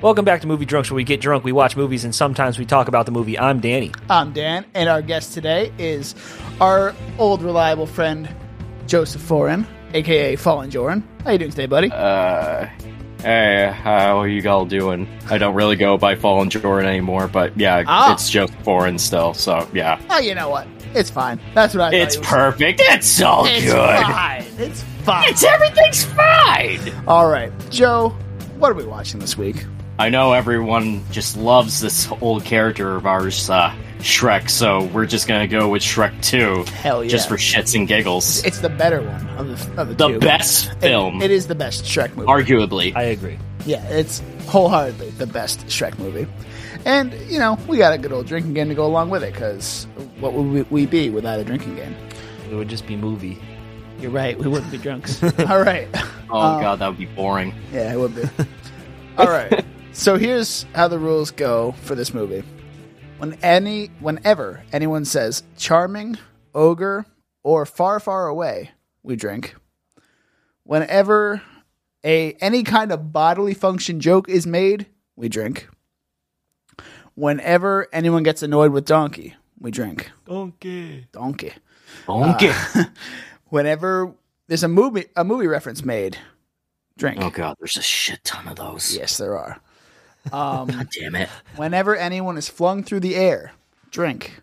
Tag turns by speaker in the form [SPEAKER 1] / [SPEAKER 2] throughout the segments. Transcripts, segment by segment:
[SPEAKER 1] Welcome back to Movie Drunks, where we get drunk, we watch movies, and sometimes we talk about the movie. I'm Danny.
[SPEAKER 2] I'm Dan, and our guest today is our old reliable friend Joseph Foran, aka Fallen Joran. How you doing today, buddy?
[SPEAKER 3] Uh, Hey, how are you all doing? I don't really go by Fallen Jordan anymore, but yeah,
[SPEAKER 2] Ah.
[SPEAKER 3] it's just foreign still, so yeah.
[SPEAKER 2] oh, you know what? It's fine. That's what I. thought
[SPEAKER 3] It's
[SPEAKER 2] you were-
[SPEAKER 3] perfect. It's all
[SPEAKER 2] It's
[SPEAKER 3] good.
[SPEAKER 2] fine. It's fine.
[SPEAKER 3] It's everything's fine.
[SPEAKER 2] All right, Joe. What are we watching this week?
[SPEAKER 3] I know everyone just loves this old character of ours, uh, Shrek, so we're just gonna go with Shrek 2.
[SPEAKER 2] Hell yeah.
[SPEAKER 3] Just for shits and giggles.
[SPEAKER 2] It's the better one of the of the,
[SPEAKER 3] the
[SPEAKER 2] two.
[SPEAKER 3] best
[SPEAKER 2] It-
[SPEAKER 3] film,
[SPEAKER 2] it is the best Shrek movie.
[SPEAKER 3] arguably.
[SPEAKER 1] I agree.
[SPEAKER 2] Yeah, it's wholeheartedly the best Shrek movie. And, you know, we got a good old drinking game to go along with it, because what would we, we be without a drinking game?
[SPEAKER 1] It would just be movie.
[SPEAKER 2] You're right, we wouldn't be drunks. All right.
[SPEAKER 3] oh god, that would be boring.
[SPEAKER 2] Yeah, it would be. All right. So here's how the rules go for this movie. When any, whenever anyone says charming, ogre, or far, far away, we drink. Whenever a any kind of bodily function joke is made, we drink. Whenever anyone gets annoyed with donkey, we drink.
[SPEAKER 1] Okay.
[SPEAKER 2] Donkey. Uh,
[SPEAKER 3] Okay.
[SPEAKER 2] Whenever there's a movie a movie reference made, drink.
[SPEAKER 3] oh god, there's a shit ton of those.
[SPEAKER 2] Yes, there are. Um
[SPEAKER 3] God damn it.
[SPEAKER 2] Whenever anyone is flung through the air, drink.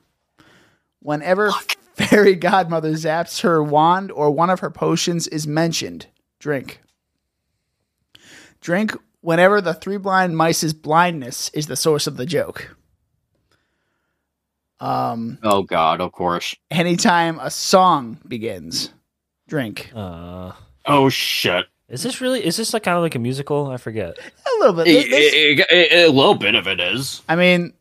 [SPEAKER 2] Whenever fairy godmother zaps her wand or one of her potions is mentioned, drink. Drink whenever the three blind mice's blindness is the source of the joke. Um,
[SPEAKER 3] Oh god, of course.
[SPEAKER 2] anytime a song begins, drink.
[SPEAKER 1] Uh,
[SPEAKER 3] Oh shit.
[SPEAKER 1] is this really? Is this like kind of like a musical? I forget.
[SPEAKER 2] A little bit. Th- this-
[SPEAKER 3] a little bit of it is.
[SPEAKER 2] I mean,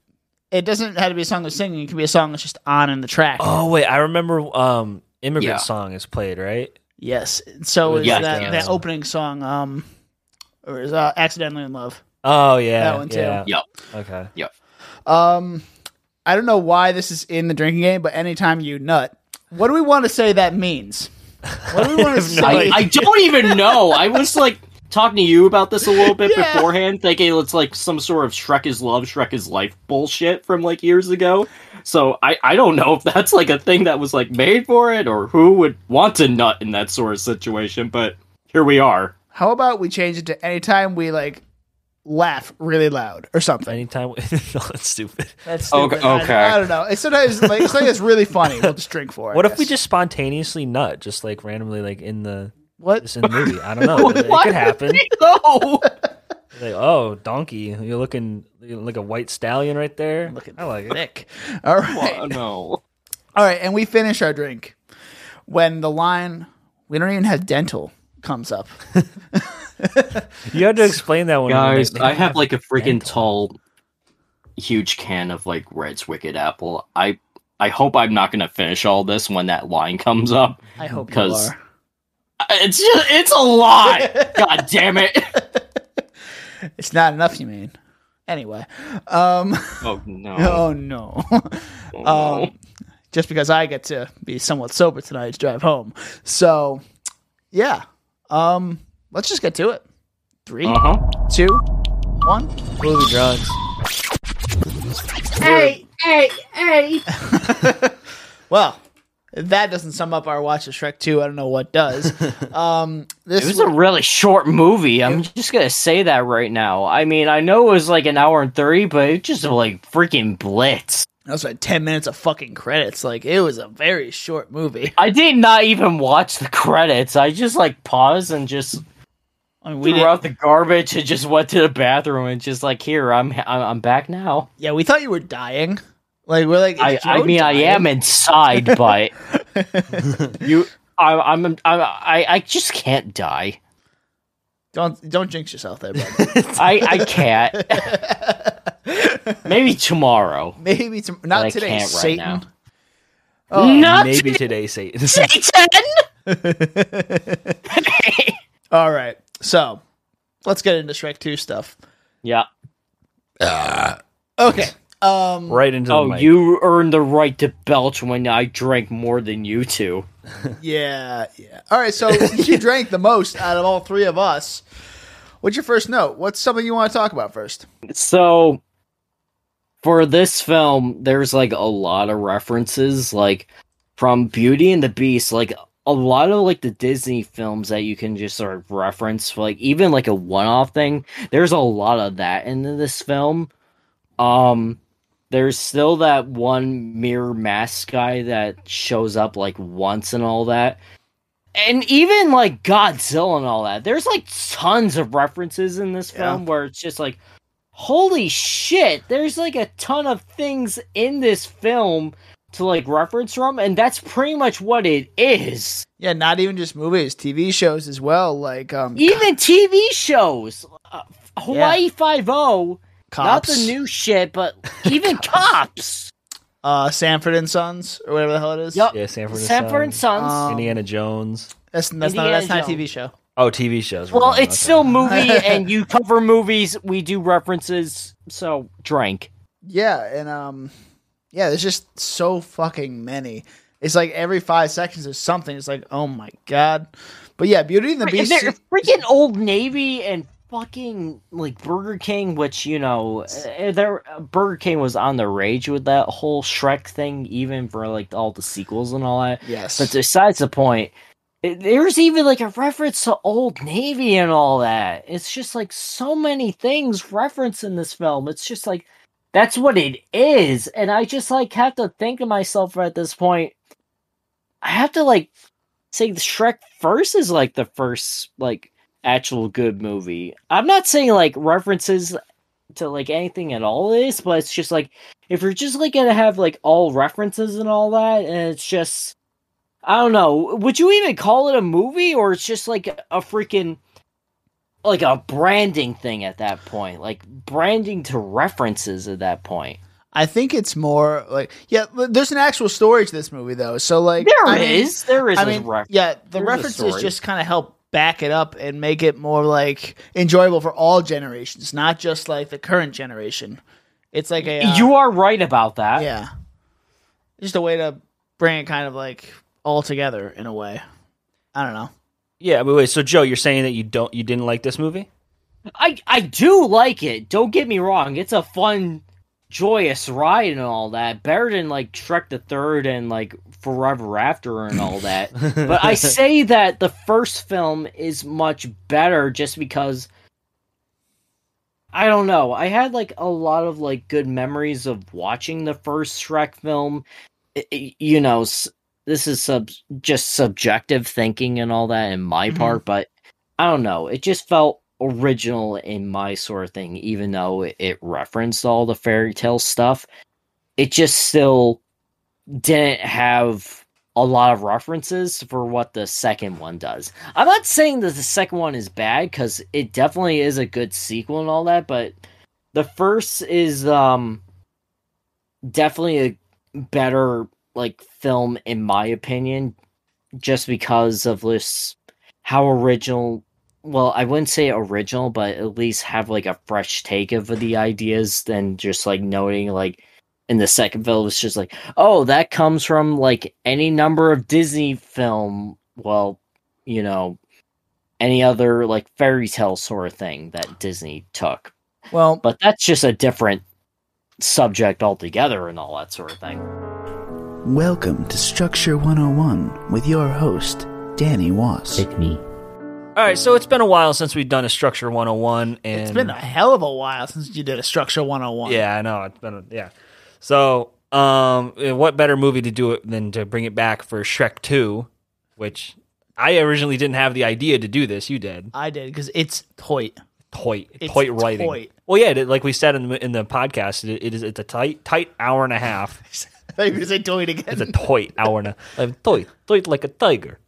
[SPEAKER 2] it doesn't have to be a song they're singing. It could be a song that's just on in the track.
[SPEAKER 1] Oh wait, I remember. Um, immigrant
[SPEAKER 3] Yeah.
[SPEAKER 1] song is played right.
[SPEAKER 2] Yes. So is
[SPEAKER 3] Yeah,
[SPEAKER 2] that
[SPEAKER 1] yeah.
[SPEAKER 2] that opening song, um, or is uh, accidentally in love?
[SPEAKER 1] Oh yeah,
[SPEAKER 2] That one, too.
[SPEAKER 1] Yeah.
[SPEAKER 3] Yep.
[SPEAKER 1] Okay.
[SPEAKER 2] Um, I don't know why this is in the drinking game, but anytime you nut, what do we want to say that means? What do we want to say?
[SPEAKER 3] I, I don't even know. I was like talking to you about this a little bit
[SPEAKER 2] Yeah.
[SPEAKER 3] beforehand, thinking it's like some sort of Shrek is love, Shrek is life bullshit from like years ago. So I, I don't know if that's like a thing that was like made for it or who would want to nut in that sort of situation, but here we are.
[SPEAKER 2] How about we change it to anytime we like laugh really loud or something?
[SPEAKER 1] Anytime. no, it's stupid.
[SPEAKER 2] That's
[SPEAKER 3] Okay-
[SPEAKER 2] stupid. I-
[SPEAKER 3] okay.
[SPEAKER 2] I, don't know. It's sometimes like it's, like it's really funny. We'll just drink for it. I
[SPEAKER 1] What if we
[SPEAKER 2] guess.
[SPEAKER 1] just spontaneously nut, just like randomly, like in the
[SPEAKER 2] what?
[SPEAKER 1] just in the movie? I don't know. it, it
[SPEAKER 3] Why
[SPEAKER 1] could
[SPEAKER 3] would
[SPEAKER 1] happen.
[SPEAKER 3] they know?
[SPEAKER 1] Like, oh, donkey, you're looking, you're like a white stallion right there.
[SPEAKER 2] Look at
[SPEAKER 1] I like it.
[SPEAKER 2] Nick. All right.
[SPEAKER 3] Well, no.
[SPEAKER 2] All right, and we finish our drink when the line "We don't even have dental" comes up.
[SPEAKER 1] You had to explain that one,
[SPEAKER 3] Guys,
[SPEAKER 1] Like,
[SPEAKER 3] I have like a freaking tall, huge can of like Red's Wicked Apple. I I hope I'm not gonna finish all this when that line comes up.
[SPEAKER 2] I hope you
[SPEAKER 3] 'Cause-
[SPEAKER 2] are.
[SPEAKER 3] It's just it's a lot. God damn it.
[SPEAKER 2] It's not enough, you mean? Anyway, um,
[SPEAKER 3] Oh no.
[SPEAKER 2] oh no.
[SPEAKER 3] Oh, no.
[SPEAKER 2] um, just because I get to be somewhat sober tonight's drive home, so yeah. Um, let's just get to it. Three,
[SPEAKER 3] Uh-huh.
[SPEAKER 2] two, one.
[SPEAKER 1] movie drugs.
[SPEAKER 4] Hey, hey, hey.
[SPEAKER 2] Well, if that doesn't sum up our watch of Shrek Two. I don't know what does. um, this
[SPEAKER 3] It was a really short movie. I'm just gonna say that right now. I mean, I know it was like an hour and thirty, but it just like freaking blitz.
[SPEAKER 2] That was like 10 minutes of fucking credits. Like, it was a very short movie.
[SPEAKER 3] I did not even watch the credits. I just like paused and just
[SPEAKER 2] I mean, we
[SPEAKER 3] we
[SPEAKER 2] did,
[SPEAKER 3] threw out the garbage and just went to the bathroom and just like here I'm I'm, I'm back now.
[SPEAKER 2] yeah, we thought you were dying. Like, we're like,
[SPEAKER 3] I, I mean I am inside, but you I, I'm I'm I I just can't die.
[SPEAKER 2] Don't, don't jinx yourself there, bud.
[SPEAKER 3] I I can't. Maybe tomorrow.
[SPEAKER 2] Maybe tom- not
[SPEAKER 3] I
[SPEAKER 2] today,
[SPEAKER 3] can't right
[SPEAKER 2] Satan.
[SPEAKER 3] now.
[SPEAKER 2] Oh.
[SPEAKER 3] Not
[SPEAKER 1] Maybe today, Satan.
[SPEAKER 3] Satan.
[SPEAKER 2] All right. So, let's get into Shrek 2 stuff.
[SPEAKER 3] Yeah.
[SPEAKER 2] Okay. Um,
[SPEAKER 1] right into the
[SPEAKER 3] Oh,
[SPEAKER 1] mic.
[SPEAKER 3] you earned the right to belch when I drank more than you two.
[SPEAKER 2] yeah, yeah. All right. So, you drank the most out of all three of us, What's your first note? What's something you want to talk about first?
[SPEAKER 3] So for this film, there's like a lot of references like from Beauty and the Beast, like a lot of like the Disney films that you can just sort of reference, like even like a one-off thing. There's a lot of that in this film. Um there's still that one mirror mask guy that shows up like once and all that. And even like Godzilla and all that. There's like tons of references in this
[SPEAKER 2] Yeah.
[SPEAKER 3] film where it's just like holy shit there's like a ton of things in this film to like reference from and that's pretty much what it is
[SPEAKER 2] Yeah, not even just movies, TV shows as well, like um,
[SPEAKER 3] even tv shows uh, hawaii 5-0 not
[SPEAKER 2] cops,
[SPEAKER 3] the new shit but even cops
[SPEAKER 2] uh, Sanford and Sons or whatever the hell it is.
[SPEAKER 3] Yup.
[SPEAKER 1] Yeah, Sanford and
[SPEAKER 3] sanford and
[SPEAKER 1] Son,
[SPEAKER 3] sons
[SPEAKER 2] Um,
[SPEAKER 1] Indiana Jones.
[SPEAKER 2] That's, that's not
[SPEAKER 3] Indiana
[SPEAKER 2] that's not a
[SPEAKER 3] Jones.
[SPEAKER 2] TV show.
[SPEAKER 1] Oh, TV shows.
[SPEAKER 3] well
[SPEAKER 1] Okay.
[SPEAKER 3] it's still movie and you cover movies we do references so drink
[SPEAKER 2] Yeah, and um, yeah, there's just so fucking many. It's like every five seconds there's something. It's like oh my god, but yeah, Beauty and the
[SPEAKER 3] And
[SPEAKER 2] Beast.
[SPEAKER 3] they're freaking old navy and fucking like burger king which you know eh, there burger king was on the rage with that whole shrek thing even for like all the sequels and all that
[SPEAKER 2] Yes,
[SPEAKER 3] but besides the point it, there's even like a reference to old navy and all that it's just like so many things referenced in this film it's just like that's what it is and i just like have to think of myself at this point i have to like say the shrek first is like the first like actual good movie i'm not saying like references to like anything at all is but it's just like if you're just like gonna have like all references and all that and it's just i don't know would you even call it a movie or it's just like a freaking like a branding thing at that point like branding to references at that point
[SPEAKER 2] I think it's more like yeah. but There's an actual story to this movie though, so like
[SPEAKER 3] There
[SPEAKER 2] I
[SPEAKER 3] is,
[SPEAKER 2] mean,
[SPEAKER 3] there is
[SPEAKER 2] I
[SPEAKER 3] a
[SPEAKER 2] mean,
[SPEAKER 3] reference
[SPEAKER 2] yeah, the
[SPEAKER 3] There's a
[SPEAKER 2] references
[SPEAKER 3] story.
[SPEAKER 2] just kind of help back it up and make it more like enjoyable for all generations, not just like the current generation. It's like a uh,
[SPEAKER 3] you are right about that
[SPEAKER 2] yeah, just a way to bring it kind of like all together in a way. I don't know.
[SPEAKER 1] yeah. But wait, so Joe, you're saying that you don't, you didn't like this movie?
[SPEAKER 3] I I do like it. Don't get me wrong. It's a fun, joyous ride and all that. Better than like Shrek the Third and like Forever After and all that. but I say that the first film is much better just because I don't know. I had like a lot of like good memories of watching the first Shrek film. I- I- you know, s- this is sub just subjective thinking and all that in my
[SPEAKER 2] Mhm.
[SPEAKER 3] part, but I don't know. It just felt original in my sort of thing, even though it referenced all the fairy tale stuff. It just still didn't have a lot of references for what the second one does. I'm not saying that the second one is bad because it definitely is a good sequel and all that, but the first is um definitely a better like film in my opinion, just because of this how original. Well, I wouldn't say original, but at least have like a fresh take of the ideas than just like noting like in the second film it's just like oh that comes from like any number of disney film well you know any other like fairy tale sort of thing that disney took
[SPEAKER 2] Well,
[SPEAKER 3] but that's just a different subject altogether and all that sort of thing
[SPEAKER 2] welcome to Structure 101 with your host Danny Wass.
[SPEAKER 3] me
[SPEAKER 1] All right, so it's been a while since we've done a Structure 101, and
[SPEAKER 2] It's been a hell of a while since you did a Structure 101.
[SPEAKER 1] yeah, I know it's been a, yeah. So, um, eh, what better movie to do it than to bring it back for Shrek 2, which I originally didn't have the idea to do this. You did.
[SPEAKER 2] I did because it's Hoyt.
[SPEAKER 1] Toit,
[SPEAKER 2] It's
[SPEAKER 1] toit writing.
[SPEAKER 2] toit.
[SPEAKER 1] Well, yeah, it- like we said in the, in the podcast, it, it is it's a tight tight hour and a half.
[SPEAKER 2] I thought you were gonna say Hoyt again.
[SPEAKER 1] It's a toit hour and a like, toit toit like a tiger.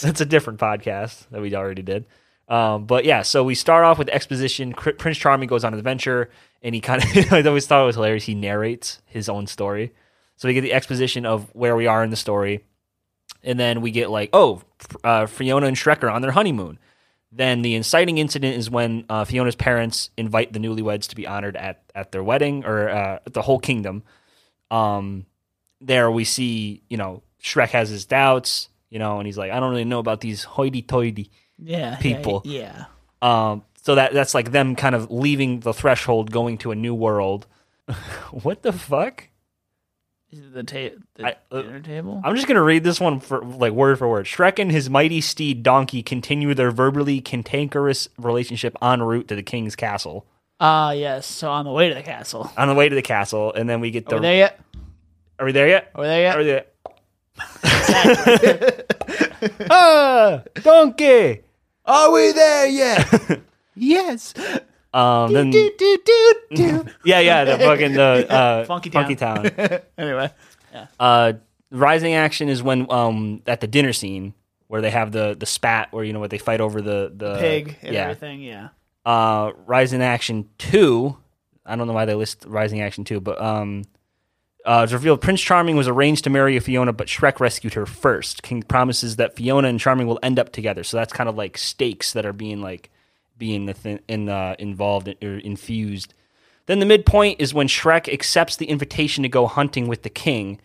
[SPEAKER 1] That's a different podcast that we already did. Um, but yeah, so we start off with exposition. Cr- Prince Charming goes on an adventure, and he kind of I always thought it was hilarious. He narrates his own story, so we get the exposition of where we are in the story, and then we get like, oh, uh, Fiona and Shrek are on their honeymoon. Then the inciting incident is when uh, Fiona's parents invite the newlyweds to be honored at at their wedding or uh, at the whole kingdom. Um, there we see, you know, Shrek has his doubts, you know, and he's like, I don't really know about these hoity toity.
[SPEAKER 2] yeah, yeah,
[SPEAKER 1] people.
[SPEAKER 2] Yeah.
[SPEAKER 1] Um, So that that's like them kind of leaving the threshold, going to a new world. what the fuck?
[SPEAKER 2] Is it the, ta- the
[SPEAKER 1] I- uh,
[SPEAKER 2] dinner table?
[SPEAKER 1] I'm just gonna read this one for like word for word. Shrek and his mighty steed Donkey continue their verbally cantankerous relationship en route to the king's castle.
[SPEAKER 2] Ah, yes. So on the way to the castle.
[SPEAKER 1] On the way to the castle, and then we get
[SPEAKER 2] Are
[SPEAKER 1] the.
[SPEAKER 2] we there yet?
[SPEAKER 1] Are we there yet?
[SPEAKER 2] Are we there yet?
[SPEAKER 1] Are we there? ah, donkey.
[SPEAKER 5] Are we there yet? yes.
[SPEAKER 1] Um, then
[SPEAKER 5] Do, do, do, do.
[SPEAKER 1] yeah, yeah, the fucking the uh,
[SPEAKER 2] Funky
[SPEAKER 1] Funky Town.
[SPEAKER 2] anyway.
[SPEAKER 1] uh, rising action is when um at the dinner scene where they have the the spat where you know what they fight over the the
[SPEAKER 2] Pig and
[SPEAKER 1] uh, yeah.
[SPEAKER 2] everything, yeah.
[SPEAKER 1] Uh, rising action two. I don't know why they list rising action two, but um. Uh, it's revealed Prince Charming was arranged to marry Fiona, but Shrek rescued her first. King promises that Fiona and Charming will end up together, so that's kind of like stakes that are being like being the thin in uh, involved or infused. Then the midpoint is when Shrek accepts the invitation to go hunting with the king,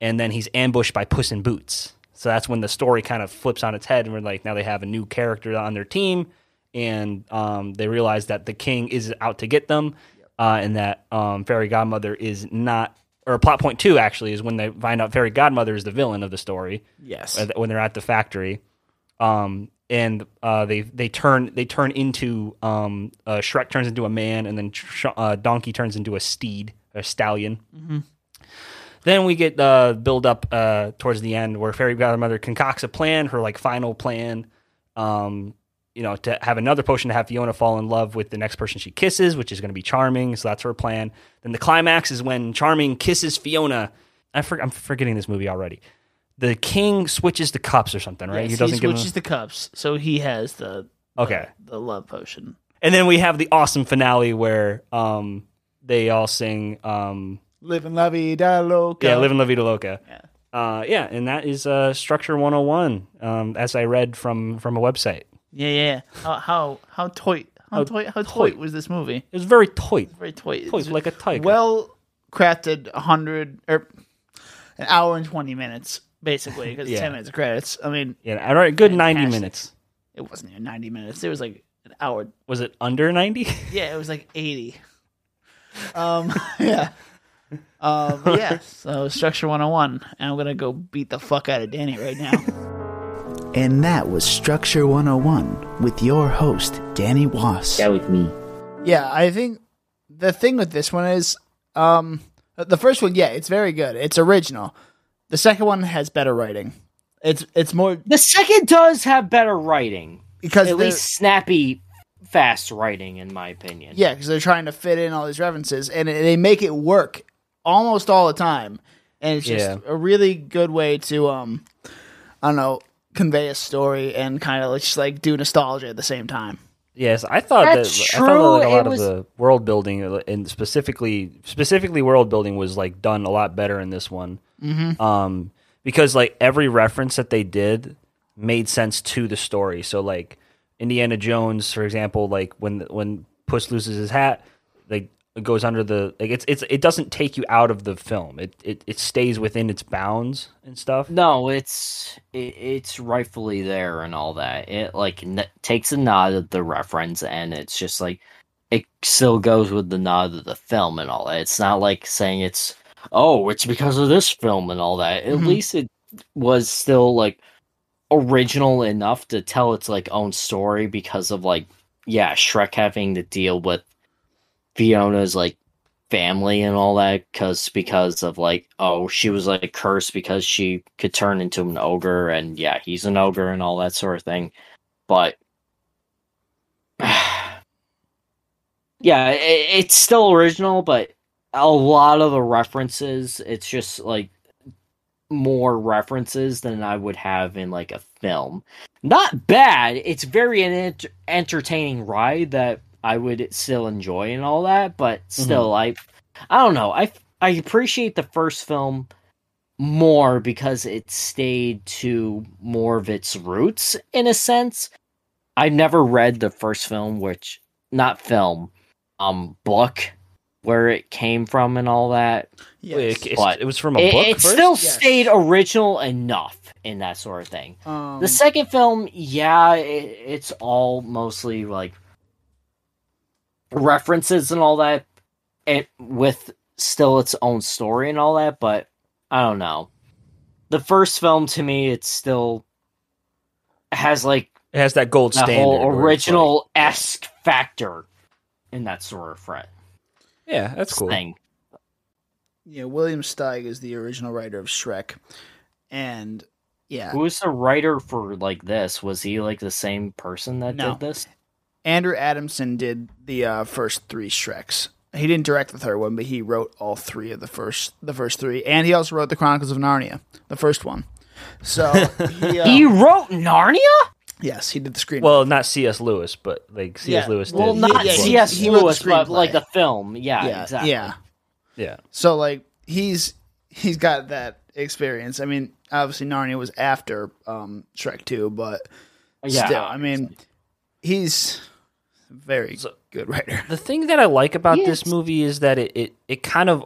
[SPEAKER 1] and then he's ambushed by Puss in Boots. So that's when the story kind of flips on its head, and we're like, now they have a new character on their team, and um, they realize that the king is out to get them, uh, and that um, Fairy Godmother is not. Or plot point two actually is when they find out Fairy Godmother is the villain of the story
[SPEAKER 2] Yes.
[SPEAKER 1] uh, when they're at the factory, um, and uh, they they turn they turn into um, uh, Shrek turns into a man, and then Sh- uh, Donkey turns into a steed, a stallion. Then we get uh, build up uh, towards the end where Fairy Godmother concocts a plan, her like final plan, um, you know, to have another potion to have Fiona fall in love with the next person she kisses, which is going to be Charming. So that's her plan. Then the climax is when Charming kisses Fiona. I for, I'm forgetting this movie already. The king switches the cups or something, right?
[SPEAKER 2] Yes,
[SPEAKER 1] he doesn't give
[SPEAKER 2] switches
[SPEAKER 1] him.
[SPEAKER 2] the cups, so he has the
[SPEAKER 1] Okay.
[SPEAKER 2] the, the love potion.
[SPEAKER 1] And then we have the awesome finale where um, they all sing um,
[SPEAKER 5] Live and la vida loca.
[SPEAKER 1] Yeah, Live in La Vida Loca.
[SPEAKER 2] Yeah.
[SPEAKER 1] Uh, yeah, and that is uh, Structure 101, um, as I read from, from a website.
[SPEAKER 2] Yeah, yeah. yeah. How how how toit how, toit how toit was this movie?
[SPEAKER 1] It was very tight.
[SPEAKER 2] Very toit.
[SPEAKER 1] Tight, like a tiger.
[SPEAKER 2] well crafted, hundred or an hour and twenty minutes basically because
[SPEAKER 1] Yeah.
[SPEAKER 2] ten minutes of credits. I mean,
[SPEAKER 1] yeah, all right, good 90
[SPEAKER 2] fantastic.
[SPEAKER 1] minutes.
[SPEAKER 2] it wasn't even ninety minutes. It was like an hour.
[SPEAKER 1] Was it under 90?
[SPEAKER 2] Yeah, it was like eighty. Um, yeah. Um, but yeah, so structure 101, and I'm gonna go beat the fuck out of Danny right now.
[SPEAKER 5] And that was Structure 101 with your host, Danny Wass.
[SPEAKER 6] That was me.
[SPEAKER 5] Yeah, I think the thing with this one is um the first one, yeah, it's very good. It's original. The second one has better writing. It's it's more
[SPEAKER 3] The second does have better writing,
[SPEAKER 5] because
[SPEAKER 3] at
[SPEAKER 5] they're-
[SPEAKER 3] least snappy, fast writing, in my opinion.
[SPEAKER 5] yeah, because they're trying to fit in all these references and it, they make it work almost all the time. And it's just
[SPEAKER 1] Yeah.
[SPEAKER 5] a really good way to um I don't know, convey a story and kind of just like do nostalgia at the same time.
[SPEAKER 1] yes, I thought
[SPEAKER 3] That's
[SPEAKER 1] that I thought that, like, a
[SPEAKER 3] true,
[SPEAKER 1] lot
[SPEAKER 3] it was-
[SPEAKER 1] of the world building and specifically specifically world building was like done a lot better in this one.
[SPEAKER 3] Mm-hmm.
[SPEAKER 1] Um because like every reference that they did made sense to the story. So like Indiana Jones, for example, like when when Puss loses his hat, like it goes under the like it's it's it doesn't take you out of the film. It it, it stays within its bounds and stuff.
[SPEAKER 3] No, it's it, it's rightfully there and all that. It like n- takes a nod at the reference, and it's just like it still goes with the nod of the film and all that. It's not like saying it's oh, it's because of this film and all that. At
[SPEAKER 5] Mhm.
[SPEAKER 3] least it was still like original enough to tell its like own story because of like yeah, Shrek having to deal with Fiona's like family and all that because because of like oh she was like cursed because she could turn into an ogre and yeah he's an ogre and all that sort of thing but yeah i it's still original but a lot of the references it's just like more references than i would have in like a film not bad it's very an ent- entertaining ride that i would still enjoy and all that but still i i don't know i i appreciate the first film more because it stayed to more of its roots in a sense i never read the first film which not film um book where it came from and all that
[SPEAKER 1] Like, it's-
[SPEAKER 3] But
[SPEAKER 1] it was from a
[SPEAKER 3] it,
[SPEAKER 1] book.
[SPEAKER 3] it
[SPEAKER 1] first?
[SPEAKER 3] still
[SPEAKER 5] Yes.
[SPEAKER 3] stayed original enough in that sort of thing
[SPEAKER 5] Um,
[SPEAKER 3] the second film yeah it, it's all mostly like references and all that, it with still its own story and all that. But I don't know. The first film to me, it's still has like
[SPEAKER 1] It has that gold
[SPEAKER 3] that
[SPEAKER 1] standard.
[SPEAKER 3] whole
[SPEAKER 1] where it's like-
[SPEAKER 3] original esque factor in that sort of fret
[SPEAKER 1] yeah, that's cool.
[SPEAKER 3] thing.
[SPEAKER 2] Yeah, William Steig is the original writer of Shrek, and yeah,
[SPEAKER 3] Who was the writer for like this? Was he like the same person that
[SPEAKER 7] No.
[SPEAKER 3] did this?
[SPEAKER 2] Andrew Adamson did the uh, first three Shreks. He didn't direct the third one, but he wrote all three of the first the first three, and he also wrote the Chronicles of Narnia, the first one. So he, uh,
[SPEAKER 3] He wrote Narnia.
[SPEAKER 2] yes, he did the screen.
[SPEAKER 1] Well, not C.S. Lewis, but like C.S.
[SPEAKER 7] Yeah.
[SPEAKER 1] Lewis did.
[SPEAKER 3] Well, not
[SPEAKER 2] yeah, he-
[SPEAKER 3] C.S.
[SPEAKER 2] he wrote the
[SPEAKER 3] Lewis, but
[SPEAKER 2] screenplay.
[SPEAKER 3] like the film. Yeah,
[SPEAKER 2] yeah,
[SPEAKER 3] exactly.
[SPEAKER 2] yeah.
[SPEAKER 1] Yeah.
[SPEAKER 2] So like he's he's got that experience. I mean, obviously Narnia was after um, Shrek two, but
[SPEAKER 3] Yeah.
[SPEAKER 2] still, I mean, he's a very
[SPEAKER 1] So-
[SPEAKER 2] good writer.
[SPEAKER 1] The thing that I like about this movie is that it it, it kind of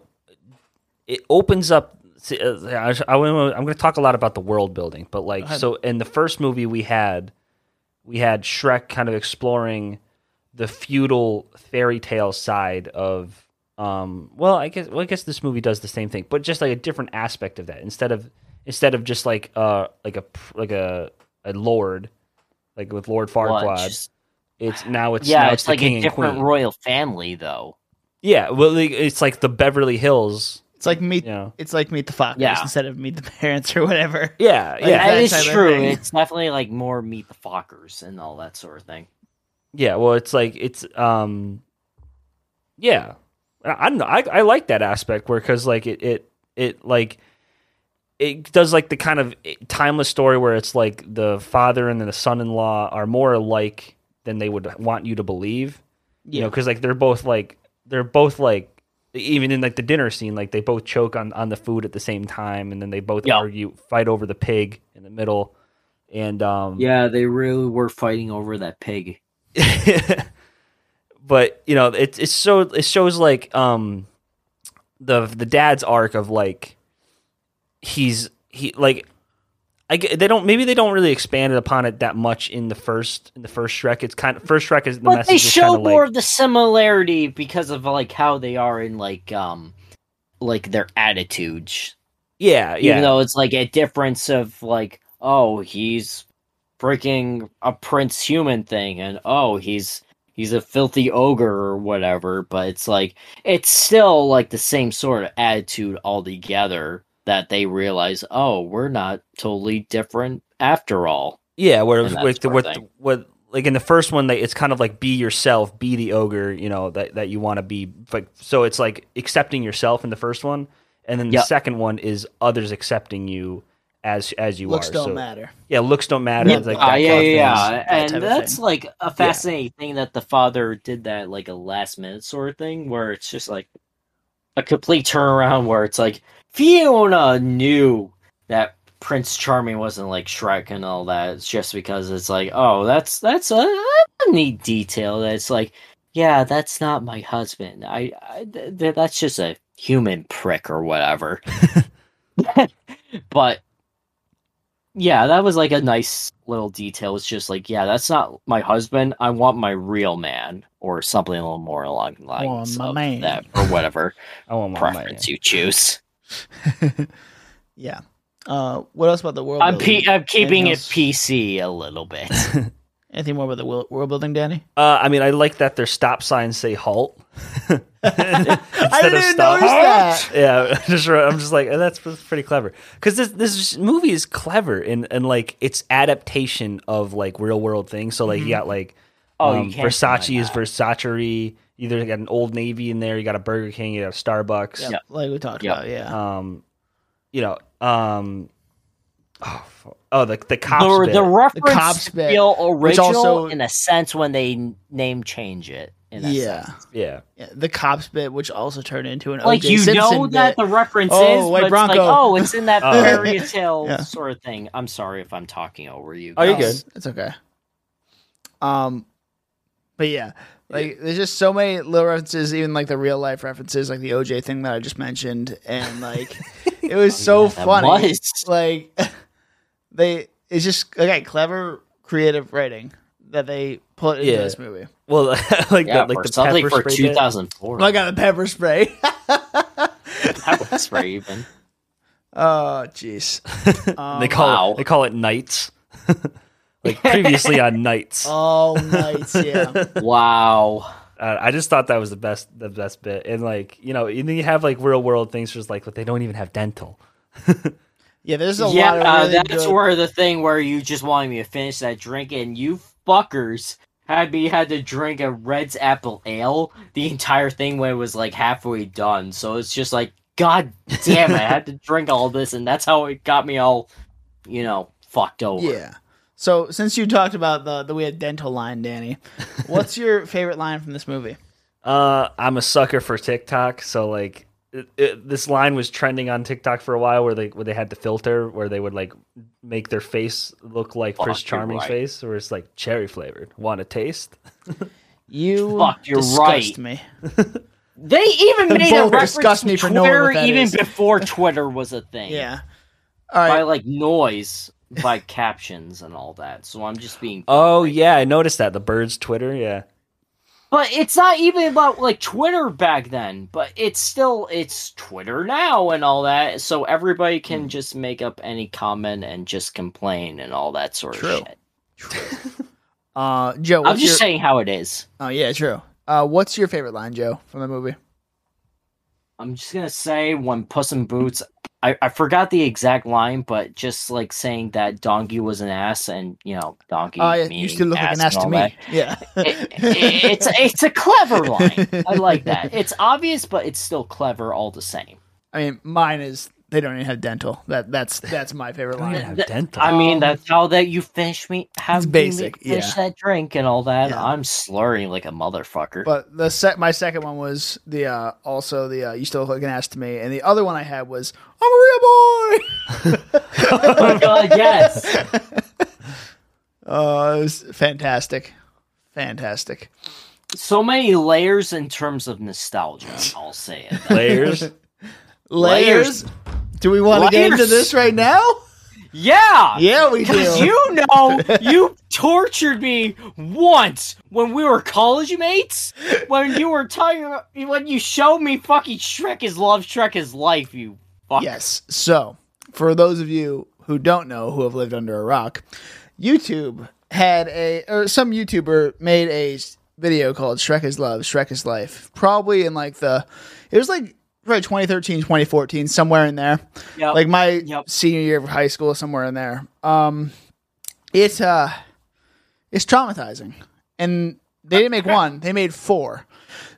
[SPEAKER 1] it opens up. see, uh, I, I, wanna- I'm going to talk a lot about the world building, but like so in the first movie we had we had Shrek kind of exploring the feudal fairy tale side of um well I guess well, I guess this movie does the same thing, but just like a different aspect of that instead of instead of just like uh like a pr- like a a lord like with Lord
[SPEAKER 3] Well,
[SPEAKER 1] Farquaad.
[SPEAKER 3] just-
[SPEAKER 1] it's now it's
[SPEAKER 3] yeah,
[SPEAKER 1] now
[SPEAKER 3] it's,
[SPEAKER 1] it's, the
[SPEAKER 3] like
[SPEAKER 1] king
[SPEAKER 3] a
[SPEAKER 1] and
[SPEAKER 3] different
[SPEAKER 1] queen.
[SPEAKER 3] royal family, though.
[SPEAKER 1] Yeah, well, like, it's like the Beverly Hills.
[SPEAKER 7] It's like meet.
[SPEAKER 1] You know.
[SPEAKER 7] It's like meet the Fockers
[SPEAKER 3] Yeah.
[SPEAKER 7] instead of meet the parents or whatever.
[SPEAKER 1] Yeah, yeah,
[SPEAKER 3] that
[SPEAKER 7] that
[SPEAKER 3] is
[SPEAKER 7] type of
[SPEAKER 3] true.
[SPEAKER 7] thing.
[SPEAKER 3] It's definitely like more meet the Fockers and all that sort of thing.
[SPEAKER 1] yeah. Well, it's like it's um, yeah. I, I don't know. I I like that aspect where because like it it it like it does like the kind of eh, timeless story where it's like the father and the son-in-law are more alike than they would want you to believe. you know because like they're both like they're both like even in like the dinner scene like they both choke on on the food at the same time and then they both
[SPEAKER 3] Yeah.
[SPEAKER 1] argue fight over the pig in the middle and um
[SPEAKER 3] Yeah, they really were fighting over that pig.
[SPEAKER 1] but you know it, it's so it shows like um the the dad's arc of like he's he like I get, they don't maybe they don't really expand it upon it that much in the first in the first Shrek it's kind of first Shrek is the
[SPEAKER 3] but
[SPEAKER 1] message
[SPEAKER 3] they
[SPEAKER 1] is
[SPEAKER 3] show
[SPEAKER 1] kinda, like-
[SPEAKER 3] more of the similarity because of like how they are in like um like their attitudes
[SPEAKER 1] yeah yeah
[SPEAKER 3] even though it's like a difference of like oh he's freaking a prince human thing and oh he's he's a filthy ogre or whatever but it's like it's still like the same sort of attitude altogether that they realize oh we're not totally different after all
[SPEAKER 1] Yeah, where
[SPEAKER 3] And that
[SPEAKER 1] with the,
[SPEAKER 3] sort of
[SPEAKER 1] with
[SPEAKER 3] thing.
[SPEAKER 1] with like in the first one, they, it's kind of like be yourself, be the ogre, you know that that you want to be. Like so, it's like accepting yourself in the first one, and then the
[SPEAKER 3] Yeah.
[SPEAKER 1] second one is others accepting you as as you
[SPEAKER 2] Looks
[SPEAKER 1] are.
[SPEAKER 2] don't
[SPEAKER 1] so,
[SPEAKER 2] matter.
[SPEAKER 1] Yeah, looks don't matter.
[SPEAKER 7] Yeah.
[SPEAKER 1] it's like
[SPEAKER 3] Ah,
[SPEAKER 1] that
[SPEAKER 3] yeah,
[SPEAKER 1] kind of thing.
[SPEAKER 3] yeah, yeah.
[SPEAKER 2] that type
[SPEAKER 3] and
[SPEAKER 2] of
[SPEAKER 3] that's
[SPEAKER 2] thing.
[SPEAKER 3] like a fascinating thing that the father did that like a last minute sort of thing where it's just like a complete turnaround where it's like Fiona knew that Prince Charming wasn't like Shrek and all that. It's just because it's like, oh, that's that's a, a neat detail. That's like, yeah, that's not my husband. I, I th- th- that's just a human prick or whatever. but yeah, that was like a nice little detail. It's just like, yeah, that's not my husband. I want my real man or something a little more along the lines
[SPEAKER 7] my
[SPEAKER 3] of
[SPEAKER 7] man.
[SPEAKER 3] that or whatever
[SPEAKER 1] I want my money.
[SPEAKER 3] preference you choose.
[SPEAKER 7] Yeah. Uh, what else about the world?
[SPEAKER 3] I'm
[SPEAKER 7] building?
[SPEAKER 3] P- I'm keeping it
[SPEAKER 7] else?
[SPEAKER 3] PC a little bit.
[SPEAKER 7] Anything more about the world, world building, Danny?
[SPEAKER 1] Uh, I mean, I like that their stop signs say halt.
[SPEAKER 7] I didn't even notice that.
[SPEAKER 1] yeah, just I'm just like that's pretty clever because this this movie is clever and and like its adaptation of like real world things. So like you got like
[SPEAKER 3] Mm-hmm. Oh, you can't
[SPEAKER 1] Versace
[SPEAKER 3] deny
[SPEAKER 1] is
[SPEAKER 3] that.
[SPEAKER 1] Versacery. Either you got an Old Navy in there, you got a Burger King, you got a Starbucks.
[SPEAKER 7] Yeah, like we talked
[SPEAKER 3] Yeah. Uh,
[SPEAKER 7] about. Yeah.
[SPEAKER 1] Um, you know, um, oh, fu- oh the the cops.
[SPEAKER 3] the,
[SPEAKER 1] bit.
[SPEAKER 3] the
[SPEAKER 2] cops
[SPEAKER 3] reference
[SPEAKER 2] bit,
[SPEAKER 3] feel
[SPEAKER 2] which
[SPEAKER 3] original
[SPEAKER 2] also-
[SPEAKER 3] in a sense when they n- name change it. In a
[SPEAKER 7] Yeah.
[SPEAKER 3] sense.
[SPEAKER 1] yeah,
[SPEAKER 7] Yeah, The cops bit, which also turned into an
[SPEAKER 3] like
[SPEAKER 7] O.J.
[SPEAKER 3] you
[SPEAKER 7] Simpson
[SPEAKER 3] know that
[SPEAKER 7] bit.
[SPEAKER 3] the reference
[SPEAKER 7] Oh,
[SPEAKER 3] is,
[SPEAKER 7] White
[SPEAKER 3] but it's
[SPEAKER 7] Bronco.
[SPEAKER 3] like, oh, it's in that
[SPEAKER 1] Oh.
[SPEAKER 3] fairy tale
[SPEAKER 7] Yeah.
[SPEAKER 3] sort of thing. I'm sorry if I'm talking over you.
[SPEAKER 1] Oh, you're
[SPEAKER 3] guys.
[SPEAKER 1] good.
[SPEAKER 2] It's- It's okay.
[SPEAKER 7] um,
[SPEAKER 2] But yeah, like there's just so many little references, even like the real life references, like the OJ thing that I just mentioned, and like it was so
[SPEAKER 3] Yeah, that
[SPEAKER 2] funny.
[SPEAKER 3] was-
[SPEAKER 2] Like
[SPEAKER 7] they it's just okay, clever creative writing. that they put into
[SPEAKER 1] Yeah.
[SPEAKER 7] this movie.
[SPEAKER 1] Well, like
[SPEAKER 3] yeah,
[SPEAKER 1] the, like
[SPEAKER 3] or
[SPEAKER 1] the
[SPEAKER 3] something
[SPEAKER 1] pepper
[SPEAKER 3] for
[SPEAKER 1] spray bit.
[SPEAKER 3] 2004.
[SPEAKER 7] Oh, I got the pepper spray.
[SPEAKER 3] pepper spray even.
[SPEAKER 7] oh, jeez. Um,
[SPEAKER 1] They call
[SPEAKER 3] Wow.
[SPEAKER 1] it, they call it nights. like previously on nights.
[SPEAKER 3] Um,
[SPEAKER 7] all nights. Yeah.
[SPEAKER 3] Wow.
[SPEAKER 1] Uh, I just thought that was the best the best bit. And like you know, and then you have like real world things, just like but they don't even have dental.
[SPEAKER 7] Yeah. There's a
[SPEAKER 3] yeah,
[SPEAKER 7] lot of
[SPEAKER 3] uh,
[SPEAKER 7] really
[SPEAKER 3] that's
[SPEAKER 7] good-
[SPEAKER 3] where the thing where you just wanted me to finish that drink, and you fuckers had me had to drink a Red's Apple Ale the entire thing when it was like halfway done. So it's just like, god damn, I had to drink all this, and that's how it got me all, you know, fucked over.
[SPEAKER 7] Yeah. So since you talked about the the we had dental line, Danny, what's your favorite line from this movie?
[SPEAKER 1] Uh, I'm a sucker for TikTok, so like it, it, this line was trending on TikTok for a while, where they where they had the filter where they would like make their face look like Prince
[SPEAKER 3] Fuck, Oh, you're
[SPEAKER 1] Charming's
[SPEAKER 3] right.
[SPEAKER 1] face, where it's like cherry flavored. Want to taste?
[SPEAKER 7] You
[SPEAKER 3] Fuck, you're
[SPEAKER 7] disgust
[SPEAKER 3] right.
[SPEAKER 7] me.
[SPEAKER 3] They even made a
[SPEAKER 7] Both
[SPEAKER 3] reference
[SPEAKER 7] disgust
[SPEAKER 3] to
[SPEAKER 7] me for knowing
[SPEAKER 3] Twitter
[SPEAKER 7] what that
[SPEAKER 3] even
[SPEAKER 7] is.
[SPEAKER 3] before Twitter was a thing.
[SPEAKER 7] Yeah. All right.
[SPEAKER 3] by like noise, by captions and all that. So I'm just being
[SPEAKER 1] Oh yeah, I noticed that the birds Twitter. Yeah,
[SPEAKER 3] But it's not even about like Twitter back then, but it's still it's Twitter now and all that. So everybody
[SPEAKER 7] Hmm.
[SPEAKER 3] can just make up any comment and just complain and all that sort
[SPEAKER 7] True.
[SPEAKER 3] of shit.
[SPEAKER 2] Uh,
[SPEAKER 7] Joe,
[SPEAKER 3] I'm
[SPEAKER 7] what's
[SPEAKER 3] just
[SPEAKER 7] your?
[SPEAKER 3] saying how it is.
[SPEAKER 2] oh yeah, true. Uh, what's your favorite line, Joe, from the movie?
[SPEAKER 3] I'm just gonna say when Puss in Boots I, I forgot the exact line, but just like saying that donkey was an ass and you know, donkey.
[SPEAKER 2] Oh yeah, you
[SPEAKER 3] meaning
[SPEAKER 2] still look like an
[SPEAKER 3] and
[SPEAKER 2] ass to
[SPEAKER 3] all
[SPEAKER 2] me.
[SPEAKER 3] that.
[SPEAKER 7] yeah.
[SPEAKER 3] It- it's it's a clever line. I like that. It's obvious, but it's still clever all the same.
[SPEAKER 2] I mean, mine is they don't even have dental. That that's that's my favorite
[SPEAKER 1] don't even
[SPEAKER 2] line.
[SPEAKER 1] have
[SPEAKER 3] th-
[SPEAKER 1] dental.
[SPEAKER 3] I mean, that's how that you finish me. How
[SPEAKER 2] It's
[SPEAKER 3] you
[SPEAKER 2] basic,
[SPEAKER 3] me finish
[SPEAKER 2] yeah.
[SPEAKER 3] that drink and all that.
[SPEAKER 2] Yeah.
[SPEAKER 3] I'm slurring like a motherfucker.
[SPEAKER 2] But the sec- my second one was the uh, also the uh, you still look like an ass to me, and the other one I had was I'm a real boy.
[SPEAKER 3] oh my god, yes.
[SPEAKER 2] Oh, it was fantastic, fantastic.
[SPEAKER 3] So many layers in terms of nostalgia. I'll say it.
[SPEAKER 1] players.
[SPEAKER 2] Layers. Do we want to get into
[SPEAKER 3] Layers.
[SPEAKER 2] this right now?
[SPEAKER 3] Yeah.
[SPEAKER 2] Yeah, we
[SPEAKER 3] Because
[SPEAKER 2] do.
[SPEAKER 3] you know, you tortured me once when we were college mates. When you were talking, when you showed me fucking Shrek is love, Shrek is life. You fuck.
[SPEAKER 2] Yes. So, for those of you who don't know, who have lived under a rock, YouTube had a, or some YouTuber made a s- video called Shrek is Love, Shrek is Life. Probably in like the, it was like probably 2013, 2014, somewhere in there.
[SPEAKER 3] Yep.
[SPEAKER 2] Like my
[SPEAKER 3] Yep.
[SPEAKER 2] senior year of high school, somewhere in there. Um, it's, uh, it's traumatizing. And they didn't make one, they made four.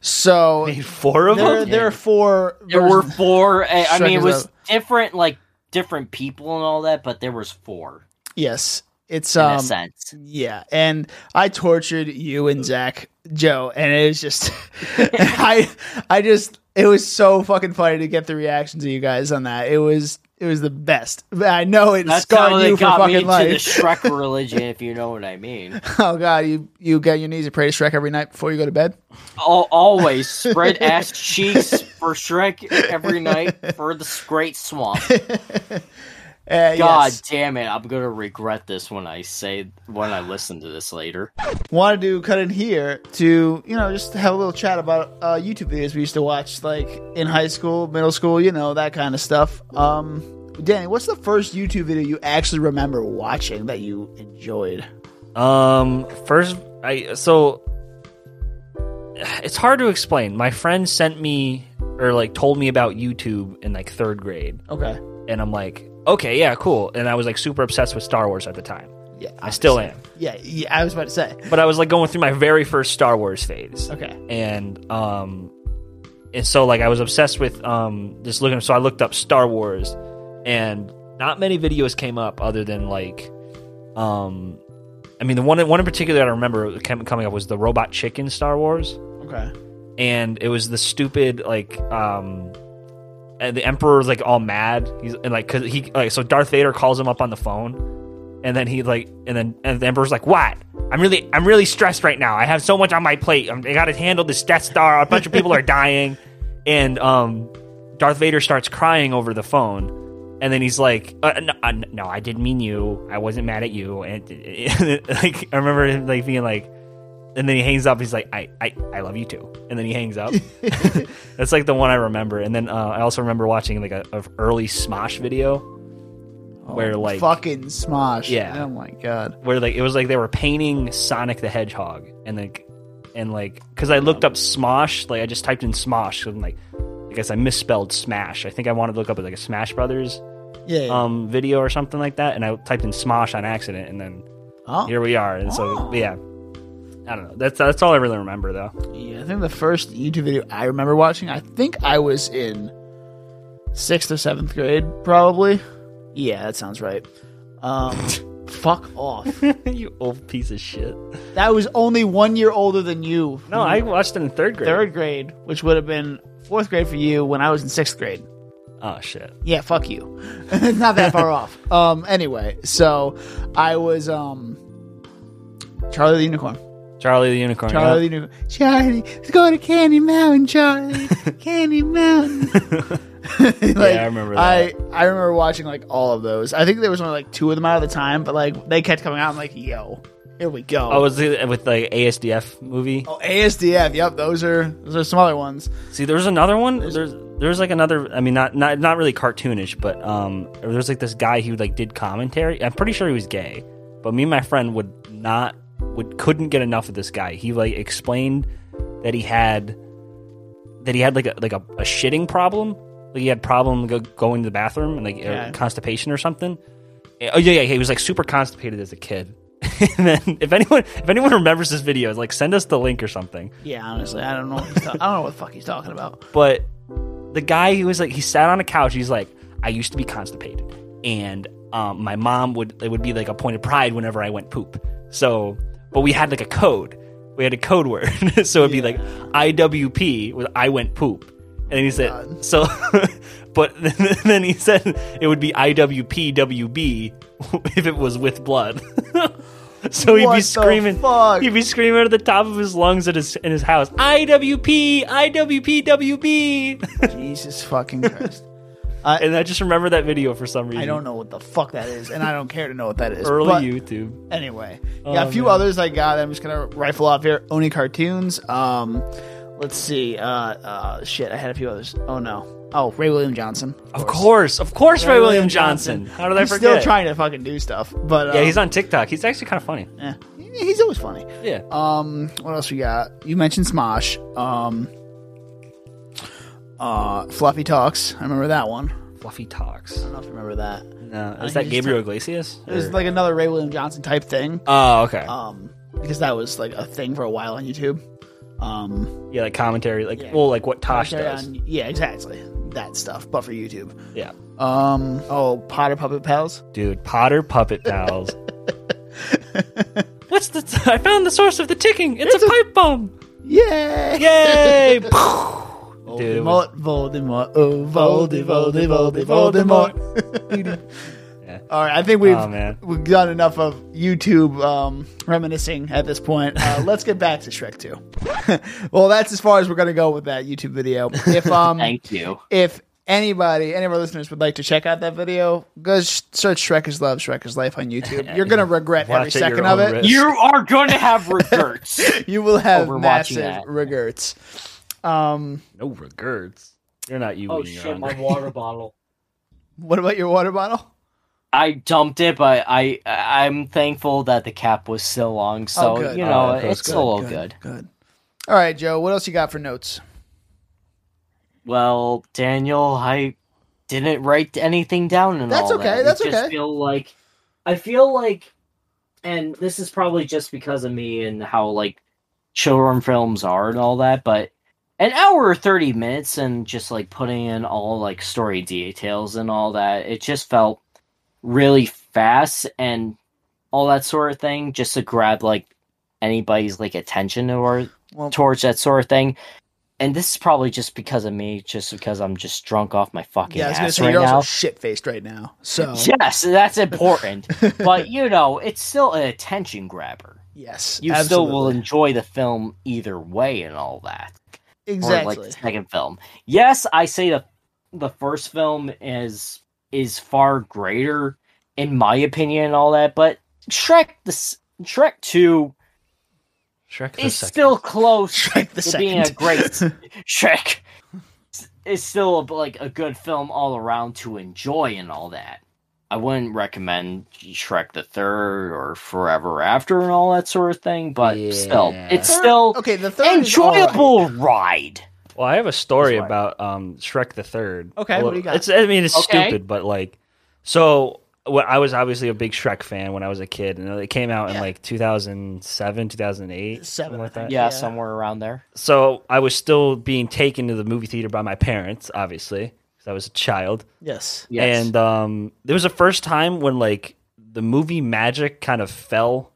[SPEAKER 2] So,
[SPEAKER 1] Made four of
[SPEAKER 2] there,
[SPEAKER 1] them.
[SPEAKER 2] there are four.
[SPEAKER 3] there were
[SPEAKER 2] versions.
[SPEAKER 3] four. I, I
[SPEAKER 2] Shrek
[SPEAKER 3] mean, it
[SPEAKER 2] is
[SPEAKER 3] was
[SPEAKER 2] love.
[SPEAKER 3] different, like different people and all that, but there was four
[SPEAKER 2] Yes. It's,
[SPEAKER 3] in
[SPEAKER 2] um,
[SPEAKER 3] a sense.
[SPEAKER 2] Yeah, and I tortured you and Zach, Joe, and it was just, I, I just, it was so fucking funny to get the reactions of you guys on that. It was, it was the best. I know it
[SPEAKER 3] That's how
[SPEAKER 2] scarred
[SPEAKER 3] they
[SPEAKER 2] you for
[SPEAKER 3] got
[SPEAKER 2] fucking
[SPEAKER 3] me into the
[SPEAKER 2] life.
[SPEAKER 3] Shrek religion, if you know what I mean.
[SPEAKER 2] oh god, you, you get on your knees and pray to Shrek every night before you go to bed.
[SPEAKER 3] Al always spread ass cheeks for Shrek every night for the Great Swamp.
[SPEAKER 2] Uh,
[SPEAKER 3] God
[SPEAKER 2] yes.
[SPEAKER 3] damn it! I'm gonna regret this when I say when I listen to this later.
[SPEAKER 2] wanted to cut in here to you know just have a little chat about uh, YouTube videos we used to watch like in high school, middle school, you know that kind of stuff. Um, Danny, what's the first YouTube video you actually remember watching that you enjoyed?
[SPEAKER 1] Um, first, I so it's hard to explain. My friend sent me or like told me about YouTube in like third grade,
[SPEAKER 2] Okay,
[SPEAKER 1] and I'm like, okay, yeah, cool. And I was like super obsessed with Star Wars at the time.
[SPEAKER 2] yeah,
[SPEAKER 1] I still am,
[SPEAKER 2] yeah, yeah. I was about to say,
[SPEAKER 1] but I was like going through my very first Star Wars phase,
[SPEAKER 2] okay,
[SPEAKER 1] and um, and so like I was obsessed with um just looking. So I looked up Star Wars, and not many videos came up other than like um I mean, the one one in particular that I remember came, coming up was the Robot Chicken Star Wars,
[SPEAKER 2] okay,
[SPEAKER 1] and it was the stupid like um, and the Emperor was like all mad. He's and like cause he like so Darth Vader calls him up on the phone, and then he like and then and the Emperor's like, "What? I'm really I'm really stressed right now. I have so much on my plate. I'm, I got to handle this Death Star. A bunch of people are dying," and um, Darth Vader starts crying over the phone. and then he's like, uh, no, uh, "No, I didn't mean you. I wasn't mad at you." And like, I remember him like being like, and then he hangs up. He's like, "I, I, I love you too." And then he hangs up. That's like the one I remember. And then uh, I also remember watching like a, a early Smosh video where like
[SPEAKER 2] fucking Smosh.
[SPEAKER 1] Yeah.
[SPEAKER 2] Oh my god.
[SPEAKER 1] where like it was like they were painting Sonic the Hedgehog and like and like because I looked up Smosh, like I just typed in Smosh. and like, I guess I misspelled Smash. I think I wanted to look up like a Smash Brothers
[SPEAKER 7] Yeah.
[SPEAKER 1] um video or something like that, and I typed in Smosh on accident, and then
[SPEAKER 7] Oh.
[SPEAKER 1] here we are. And so yeah, I don't know. That's that's all I really remember though.
[SPEAKER 2] Yeah, I think the first YouTube video I remember watching, I think I was in
[SPEAKER 7] sixth or seventh grade, probably. Yeah, that sounds right. Um, fuck off.
[SPEAKER 1] you old piece of shit.
[SPEAKER 7] That was only one year older than you.
[SPEAKER 1] No, I watched it in third grade.
[SPEAKER 7] Third grade, which would have been fourth grade for you when I was in sixth grade.
[SPEAKER 1] Oh shit.
[SPEAKER 7] Yeah, fuck you.
[SPEAKER 2] not that far off. Um anyway, so I was um Charlie the Unicorn.
[SPEAKER 1] Charlie the Unicorn.
[SPEAKER 2] Charlie the Unicorn. Charlie, let's go to Candy Mountain, Charlie. Candy Mountain. Like,
[SPEAKER 1] I remember that.
[SPEAKER 2] I I remember watching like all of those. I think there was only like two of them out at the time, but like they kept coming out. I'm like, yo, here we go.
[SPEAKER 1] I Oh, was it with like ASDF movie.
[SPEAKER 2] Oh, ASDF. Yep, those are those are some other ones.
[SPEAKER 1] See, there's another one. There's there's like another. I mean, not not not really cartoonish, but um, there's like this guy who like did commentary. I'm pretty sure he was gay, but me and my friend would not would couldn't get enough of this guy. He like explained that he had that he had like a like a, a shitting problem. Like he had problem go, going to the bathroom and like
[SPEAKER 7] Yeah.
[SPEAKER 1] uh constipation or something. Oh yeah, yeah, he was like super constipated as a kid. and then if anyone if anyone remembers this video, like send us the link or something.
[SPEAKER 7] Yeah, honestly, I don't know. What he's ta- I don't know what the fuck he's talking about.
[SPEAKER 1] but the guy who was like he sat on a couch he's like i used to be constipated and um, my mom would it would be like a point of pride whenever i went poop so but we had like a code we had a code word so it'd be like iwp with i went poop and then he said so but then, then he said it would be iwpwb if it was with blood so he'd
[SPEAKER 2] What
[SPEAKER 1] be
[SPEAKER 2] the
[SPEAKER 1] screaming
[SPEAKER 2] fuck?
[SPEAKER 1] he'd be screaming at the top of his lungs at his in his house iwp iwpwb
[SPEAKER 2] Jesus fucking Christ.
[SPEAKER 1] and i just remember that video for some reason
[SPEAKER 2] I don't know what the fuck that is, and I don't care to know what that is.
[SPEAKER 1] early
[SPEAKER 2] but
[SPEAKER 1] youtube
[SPEAKER 2] Anyway, yeah,
[SPEAKER 1] Oh,
[SPEAKER 2] a few
[SPEAKER 1] man.
[SPEAKER 2] others I got. I'm just gonna rifle off here. Oni cartoons. Um, let's see. Uh, uh, shit, I had a few others. Oh no. Oh, Ray William Johnson.
[SPEAKER 1] of course of course ray, william johnson. how did i
[SPEAKER 2] He's
[SPEAKER 1] forget
[SPEAKER 2] still trying to fucking do stuff, but um, eh.
[SPEAKER 1] yeah he's on tiktok he's actually kind of funny
[SPEAKER 2] he's always funny.
[SPEAKER 1] yeah
[SPEAKER 2] Um, what else we got? You mentioned Smosh. Um, uh, Fluffy Talks. I remember that one.
[SPEAKER 1] fluffy talks
[SPEAKER 2] I don't know if you remember that.
[SPEAKER 1] no Uh, is
[SPEAKER 7] he's
[SPEAKER 1] that
[SPEAKER 7] just
[SPEAKER 1] gabriel iglesias
[SPEAKER 2] It was
[SPEAKER 1] Or-
[SPEAKER 2] like another Ray William Johnson type thing.
[SPEAKER 1] oh okay
[SPEAKER 2] Um, because that was like a thing for a while on YouTube. Um,
[SPEAKER 1] yeah like commentary like
[SPEAKER 2] yeah.
[SPEAKER 1] well like what tosh
[SPEAKER 2] commentary
[SPEAKER 1] does
[SPEAKER 2] on- yeah, exactly that stuff, but for YouTube.
[SPEAKER 1] yeah
[SPEAKER 2] Um, oh, Potter Puppet Pals.
[SPEAKER 1] dude potter puppet pals what's the t- i found the source of the ticking it's, a, pipe bomb
[SPEAKER 2] Yay!
[SPEAKER 1] yay dude it was-
[SPEAKER 2] Voldemort, Voldemort, oh Voldemort, Voldemort, Voldemort. All right, I think we've
[SPEAKER 1] Oh, man.
[SPEAKER 2] we've done enough of YouTube um, reminiscing at this point. Uh, let's get back to Shrek Two. well, that's as far as we're going to go with that YouTube video. If um,
[SPEAKER 3] Thank you.
[SPEAKER 2] if anybody, any of our listeners would like to check out that video, go sh- search Shrek is Love, Shrek is Life on YouTube. You're going to regret
[SPEAKER 1] Watch
[SPEAKER 2] every
[SPEAKER 1] at
[SPEAKER 2] second
[SPEAKER 1] your
[SPEAKER 2] of
[SPEAKER 1] own
[SPEAKER 2] it.
[SPEAKER 1] risk.
[SPEAKER 3] You are going to have regrets.
[SPEAKER 2] You will have
[SPEAKER 3] Over watching
[SPEAKER 2] massive
[SPEAKER 3] that.
[SPEAKER 2] regrets. Um,
[SPEAKER 1] no regards you're not you
[SPEAKER 3] oh
[SPEAKER 1] when you're
[SPEAKER 3] shit, my
[SPEAKER 1] hungry.
[SPEAKER 3] water bottle.
[SPEAKER 2] What about your water bottle?
[SPEAKER 3] I dumped it, but I I'm thankful that the cap was still long,
[SPEAKER 2] Oh,
[SPEAKER 3] so
[SPEAKER 2] good.
[SPEAKER 3] you know
[SPEAKER 1] Oh, that feels
[SPEAKER 3] it's a little good.
[SPEAKER 2] Good. All right, Joe. What else you got for notes?
[SPEAKER 3] Well, Daniel, I didn't write anything down and
[SPEAKER 2] That's
[SPEAKER 3] all
[SPEAKER 2] okay,
[SPEAKER 3] That.
[SPEAKER 2] that's
[SPEAKER 3] I just
[SPEAKER 2] okay.
[SPEAKER 3] Feel like I feel like, and this is probably just because of me and how like children films are and all that, but an hour or thirty minutes and just like putting in all like story details and all that, it just felt really fast and all that sort of thing, just to grab like anybody's like attention or
[SPEAKER 2] Well,
[SPEAKER 3] towards that sort of thing. And this is probably just because of me, just because I'm just drunk off my fucking
[SPEAKER 2] yeah, I was gonna
[SPEAKER 3] ass
[SPEAKER 2] say
[SPEAKER 3] right
[SPEAKER 2] you're
[SPEAKER 3] now.
[SPEAKER 2] also shit faced right now. So
[SPEAKER 3] Yes, that's important. but you know, it's still an attention grabber.
[SPEAKER 2] yes,
[SPEAKER 3] You
[SPEAKER 2] absolutely.
[SPEAKER 3] still will enjoy the film either way and all that. Or
[SPEAKER 2] exactly.
[SPEAKER 3] like the second film. Yes, I say the the first film is is far greater, in my opinion, and all that. But Shrek the s- Shrek Two
[SPEAKER 1] Shrek the
[SPEAKER 3] is
[SPEAKER 1] second.
[SPEAKER 3] still close
[SPEAKER 2] Shrek the
[SPEAKER 3] to being a
[SPEAKER 2] second.
[SPEAKER 3] great Shrek. Is still like a good film all around to enjoy and all that. I wouldn't recommend Shrek the Third or Forever After and all that sort of thing, but still,
[SPEAKER 1] Yeah.
[SPEAKER 3] it's still
[SPEAKER 2] okay, the third is all right.
[SPEAKER 3] enjoyable ride.
[SPEAKER 1] Well, I have a story
[SPEAKER 3] That's right.
[SPEAKER 1] about um, Shrek the Third.
[SPEAKER 7] Okay,
[SPEAKER 1] A
[SPEAKER 7] what do you got?
[SPEAKER 1] It's, I mean, it's
[SPEAKER 3] Okay.
[SPEAKER 1] stupid, but like, so what? I was obviously a big Shrek fan when I was a kid, and it came out in
[SPEAKER 7] Yeah.
[SPEAKER 1] like 2007, 2008,
[SPEAKER 7] Seven,
[SPEAKER 1] something
[SPEAKER 7] I
[SPEAKER 1] like
[SPEAKER 7] think.
[SPEAKER 1] that.
[SPEAKER 3] Yeah,
[SPEAKER 7] Yeah.
[SPEAKER 3] somewhere around there.
[SPEAKER 1] So I was still being taken to the movie theater by my parents, obviously, because I was a child.
[SPEAKER 7] Yes.
[SPEAKER 3] Yes.
[SPEAKER 1] And um, there was a first time when like the movie magic kind of fell.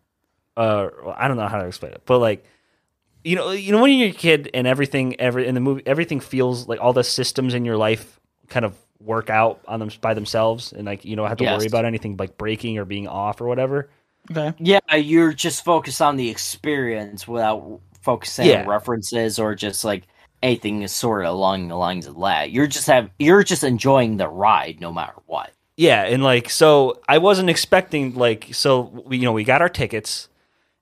[SPEAKER 1] Uh, I don't know how to explain it, but like you know, you know when you're a kid and everything, every in the movie, everything feels like all the systems in your life kind of work out on them by themselves, and like you don't have to
[SPEAKER 3] Yes.
[SPEAKER 1] worry about anything like breaking or being off or whatever.
[SPEAKER 7] Okay.
[SPEAKER 3] yeah, you're just focused on the experience without focusing
[SPEAKER 1] Yeah.
[SPEAKER 3] on references or just like anything is sort of along the lines of that. You're just have you're just enjoying the ride no matter what.
[SPEAKER 1] Yeah, and like so, I wasn't expecting like so. We, you know, we got our tickets,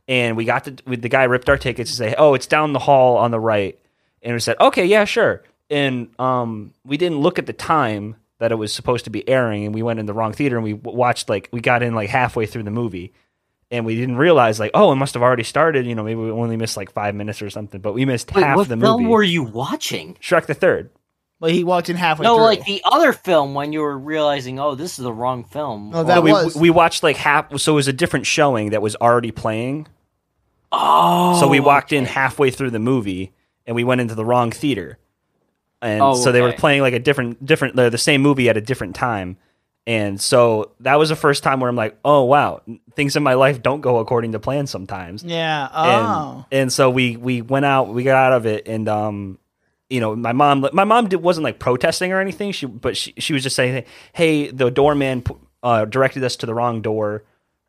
[SPEAKER 1] and we got the we, the guy ripped our tickets and say, "Oh, it's down the hall on the right," and we said, "Okay, yeah, sure." And um, we didn't look at the time that it was supposed to be airing, and we went in the wrong theater, and we w- watched like we got in like halfway through the movie, and we didn't realize like, oh, it must have already started. You know, maybe we only missed like five minutes or something, but we missed
[SPEAKER 3] Wait,
[SPEAKER 1] half
[SPEAKER 3] what
[SPEAKER 1] the
[SPEAKER 3] film
[SPEAKER 1] movie.
[SPEAKER 3] were you watching?
[SPEAKER 1] Shrek the Third.
[SPEAKER 7] But he walked in halfway
[SPEAKER 3] no,
[SPEAKER 7] through.
[SPEAKER 3] like the other film when you were realizing, oh, this is the wrong film.
[SPEAKER 2] No,
[SPEAKER 3] Oh,
[SPEAKER 2] that
[SPEAKER 1] No, we,
[SPEAKER 2] was
[SPEAKER 1] we watched like half, so it was a different showing that was already playing. So
[SPEAKER 3] Oh,
[SPEAKER 1] we walked in halfway through the movie and we went into the wrong theater. And
[SPEAKER 3] Oh,
[SPEAKER 1] so they were
[SPEAKER 3] okay.
[SPEAKER 1] playing like a different different they're the same movie at a different time. And so that was the first time where I'm like, "Oh wow, things in my life don't go according to plan sometimes."
[SPEAKER 7] yeah.
[SPEAKER 1] And
[SPEAKER 7] Oh.
[SPEAKER 1] and so we we went out, we got out of it and um you know, my mom my mom did, wasn't like protesting or anything, she but she she was just saying, "Hey, the doorman uh directed us to the wrong door."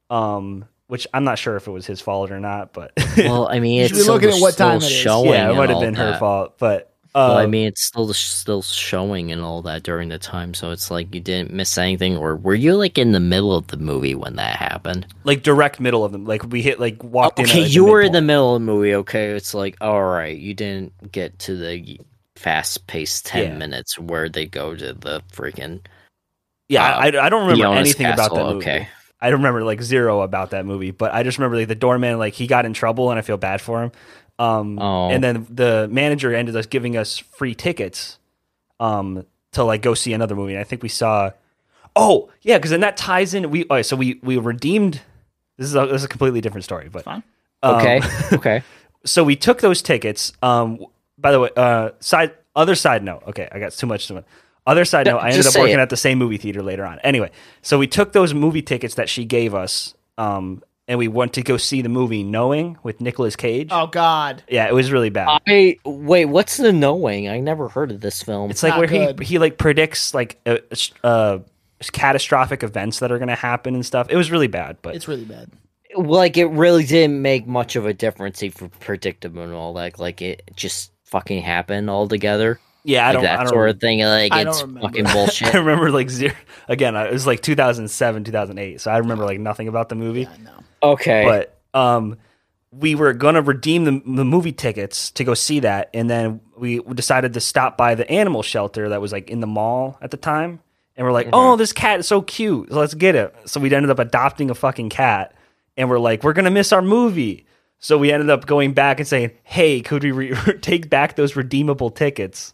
[SPEAKER 1] Um which I'm not sure if it was his fault or not, but
[SPEAKER 5] Well, I mean,
[SPEAKER 2] Should
[SPEAKER 5] it's
[SPEAKER 2] we
[SPEAKER 5] still
[SPEAKER 2] look at
[SPEAKER 5] the-
[SPEAKER 2] what time
[SPEAKER 5] still
[SPEAKER 2] it is?
[SPEAKER 5] showing.
[SPEAKER 1] yeah, it
[SPEAKER 5] and
[SPEAKER 1] might have
[SPEAKER 5] all
[SPEAKER 1] been her
[SPEAKER 5] that.
[SPEAKER 1] fault, but
[SPEAKER 5] Well, I
[SPEAKER 1] um,
[SPEAKER 5] mean, it's still still showing and all that during the time, so it's like you didn't miss anything. Or were you like in the middle of the movie when that happened?
[SPEAKER 1] like direct middle of them. Like we hit like walked in. at,
[SPEAKER 5] Uh, Oh, Okay,
[SPEAKER 1] like,
[SPEAKER 5] you were in the
[SPEAKER 1] midpoint.
[SPEAKER 5] middle of the movie. Okay, it's like all right, you didn't get to the fast paced ten
[SPEAKER 1] Yeah.
[SPEAKER 5] minutes where they go to the freaking
[SPEAKER 1] Yeah, I, I don't remember
[SPEAKER 5] Fiona's
[SPEAKER 1] anything about that
[SPEAKER 5] castle,
[SPEAKER 1] movie.
[SPEAKER 5] okay.
[SPEAKER 1] I remember like zero about that movie, but I just remember like the doorman like he got in trouble and I feel bad for him. Um,
[SPEAKER 5] Oh.
[SPEAKER 1] and then the manager ended up giving us free tickets, um, to like go see another movie. And I think we saw. Oh yeah, because then that ties in. We all right, so we we redeemed. This is a, this is a completely different story, but
[SPEAKER 7] Fine.
[SPEAKER 1] um,
[SPEAKER 5] okay, okay.
[SPEAKER 1] so we took those tickets. Um, by the way, uh, side other side note. Okay, I got too much to. Other side note. I ended
[SPEAKER 5] just
[SPEAKER 1] up
[SPEAKER 5] say
[SPEAKER 1] working
[SPEAKER 5] it.
[SPEAKER 1] at the same movie theater later on. Anyway, so we took those movie tickets that she gave us, um, and we went to go see the movie Knowing with Nicolas Cage.
[SPEAKER 7] Oh God.
[SPEAKER 1] Yeah, it was really bad.
[SPEAKER 3] Oh,
[SPEAKER 5] I wait. What's the knowing? I never heard of this film.
[SPEAKER 1] it's like
[SPEAKER 7] not
[SPEAKER 1] where
[SPEAKER 7] good.
[SPEAKER 1] he he like predicts like uh, uh, catastrophic events that are going to happen and stuff. It was really bad, but
[SPEAKER 7] It's really bad.
[SPEAKER 5] like it really didn't make much of a difference if predictable and all that like it just fucking happened altogether
[SPEAKER 1] yeah, I
[SPEAKER 5] like
[SPEAKER 1] don't.
[SPEAKER 5] that
[SPEAKER 1] I don't
[SPEAKER 5] sort of thing like
[SPEAKER 7] I don't
[SPEAKER 5] it's
[SPEAKER 7] remember.
[SPEAKER 5] fucking
[SPEAKER 1] I
[SPEAKER 5] bullshit
[SPEAKER 1] remember like zero again. I- It was like 2007, 2008, so I remember like nothing about the movie.
[SPEAKER 7] I know.
[SPEAKER 5] okay
[SPEAKER 1] But um, we were gonna redeem the, the movie tickets to go see that, and then we decided to stop by the animal shelter that was like in the mall at the time, and we're like, "Oh, this cat is so cute, let's get it." So we ended up adopting a fucking cat, and we're like, "We're gonna miss our movie." So we ended up going back and saying, "Hey, could we re- take back those redeemable tickets?"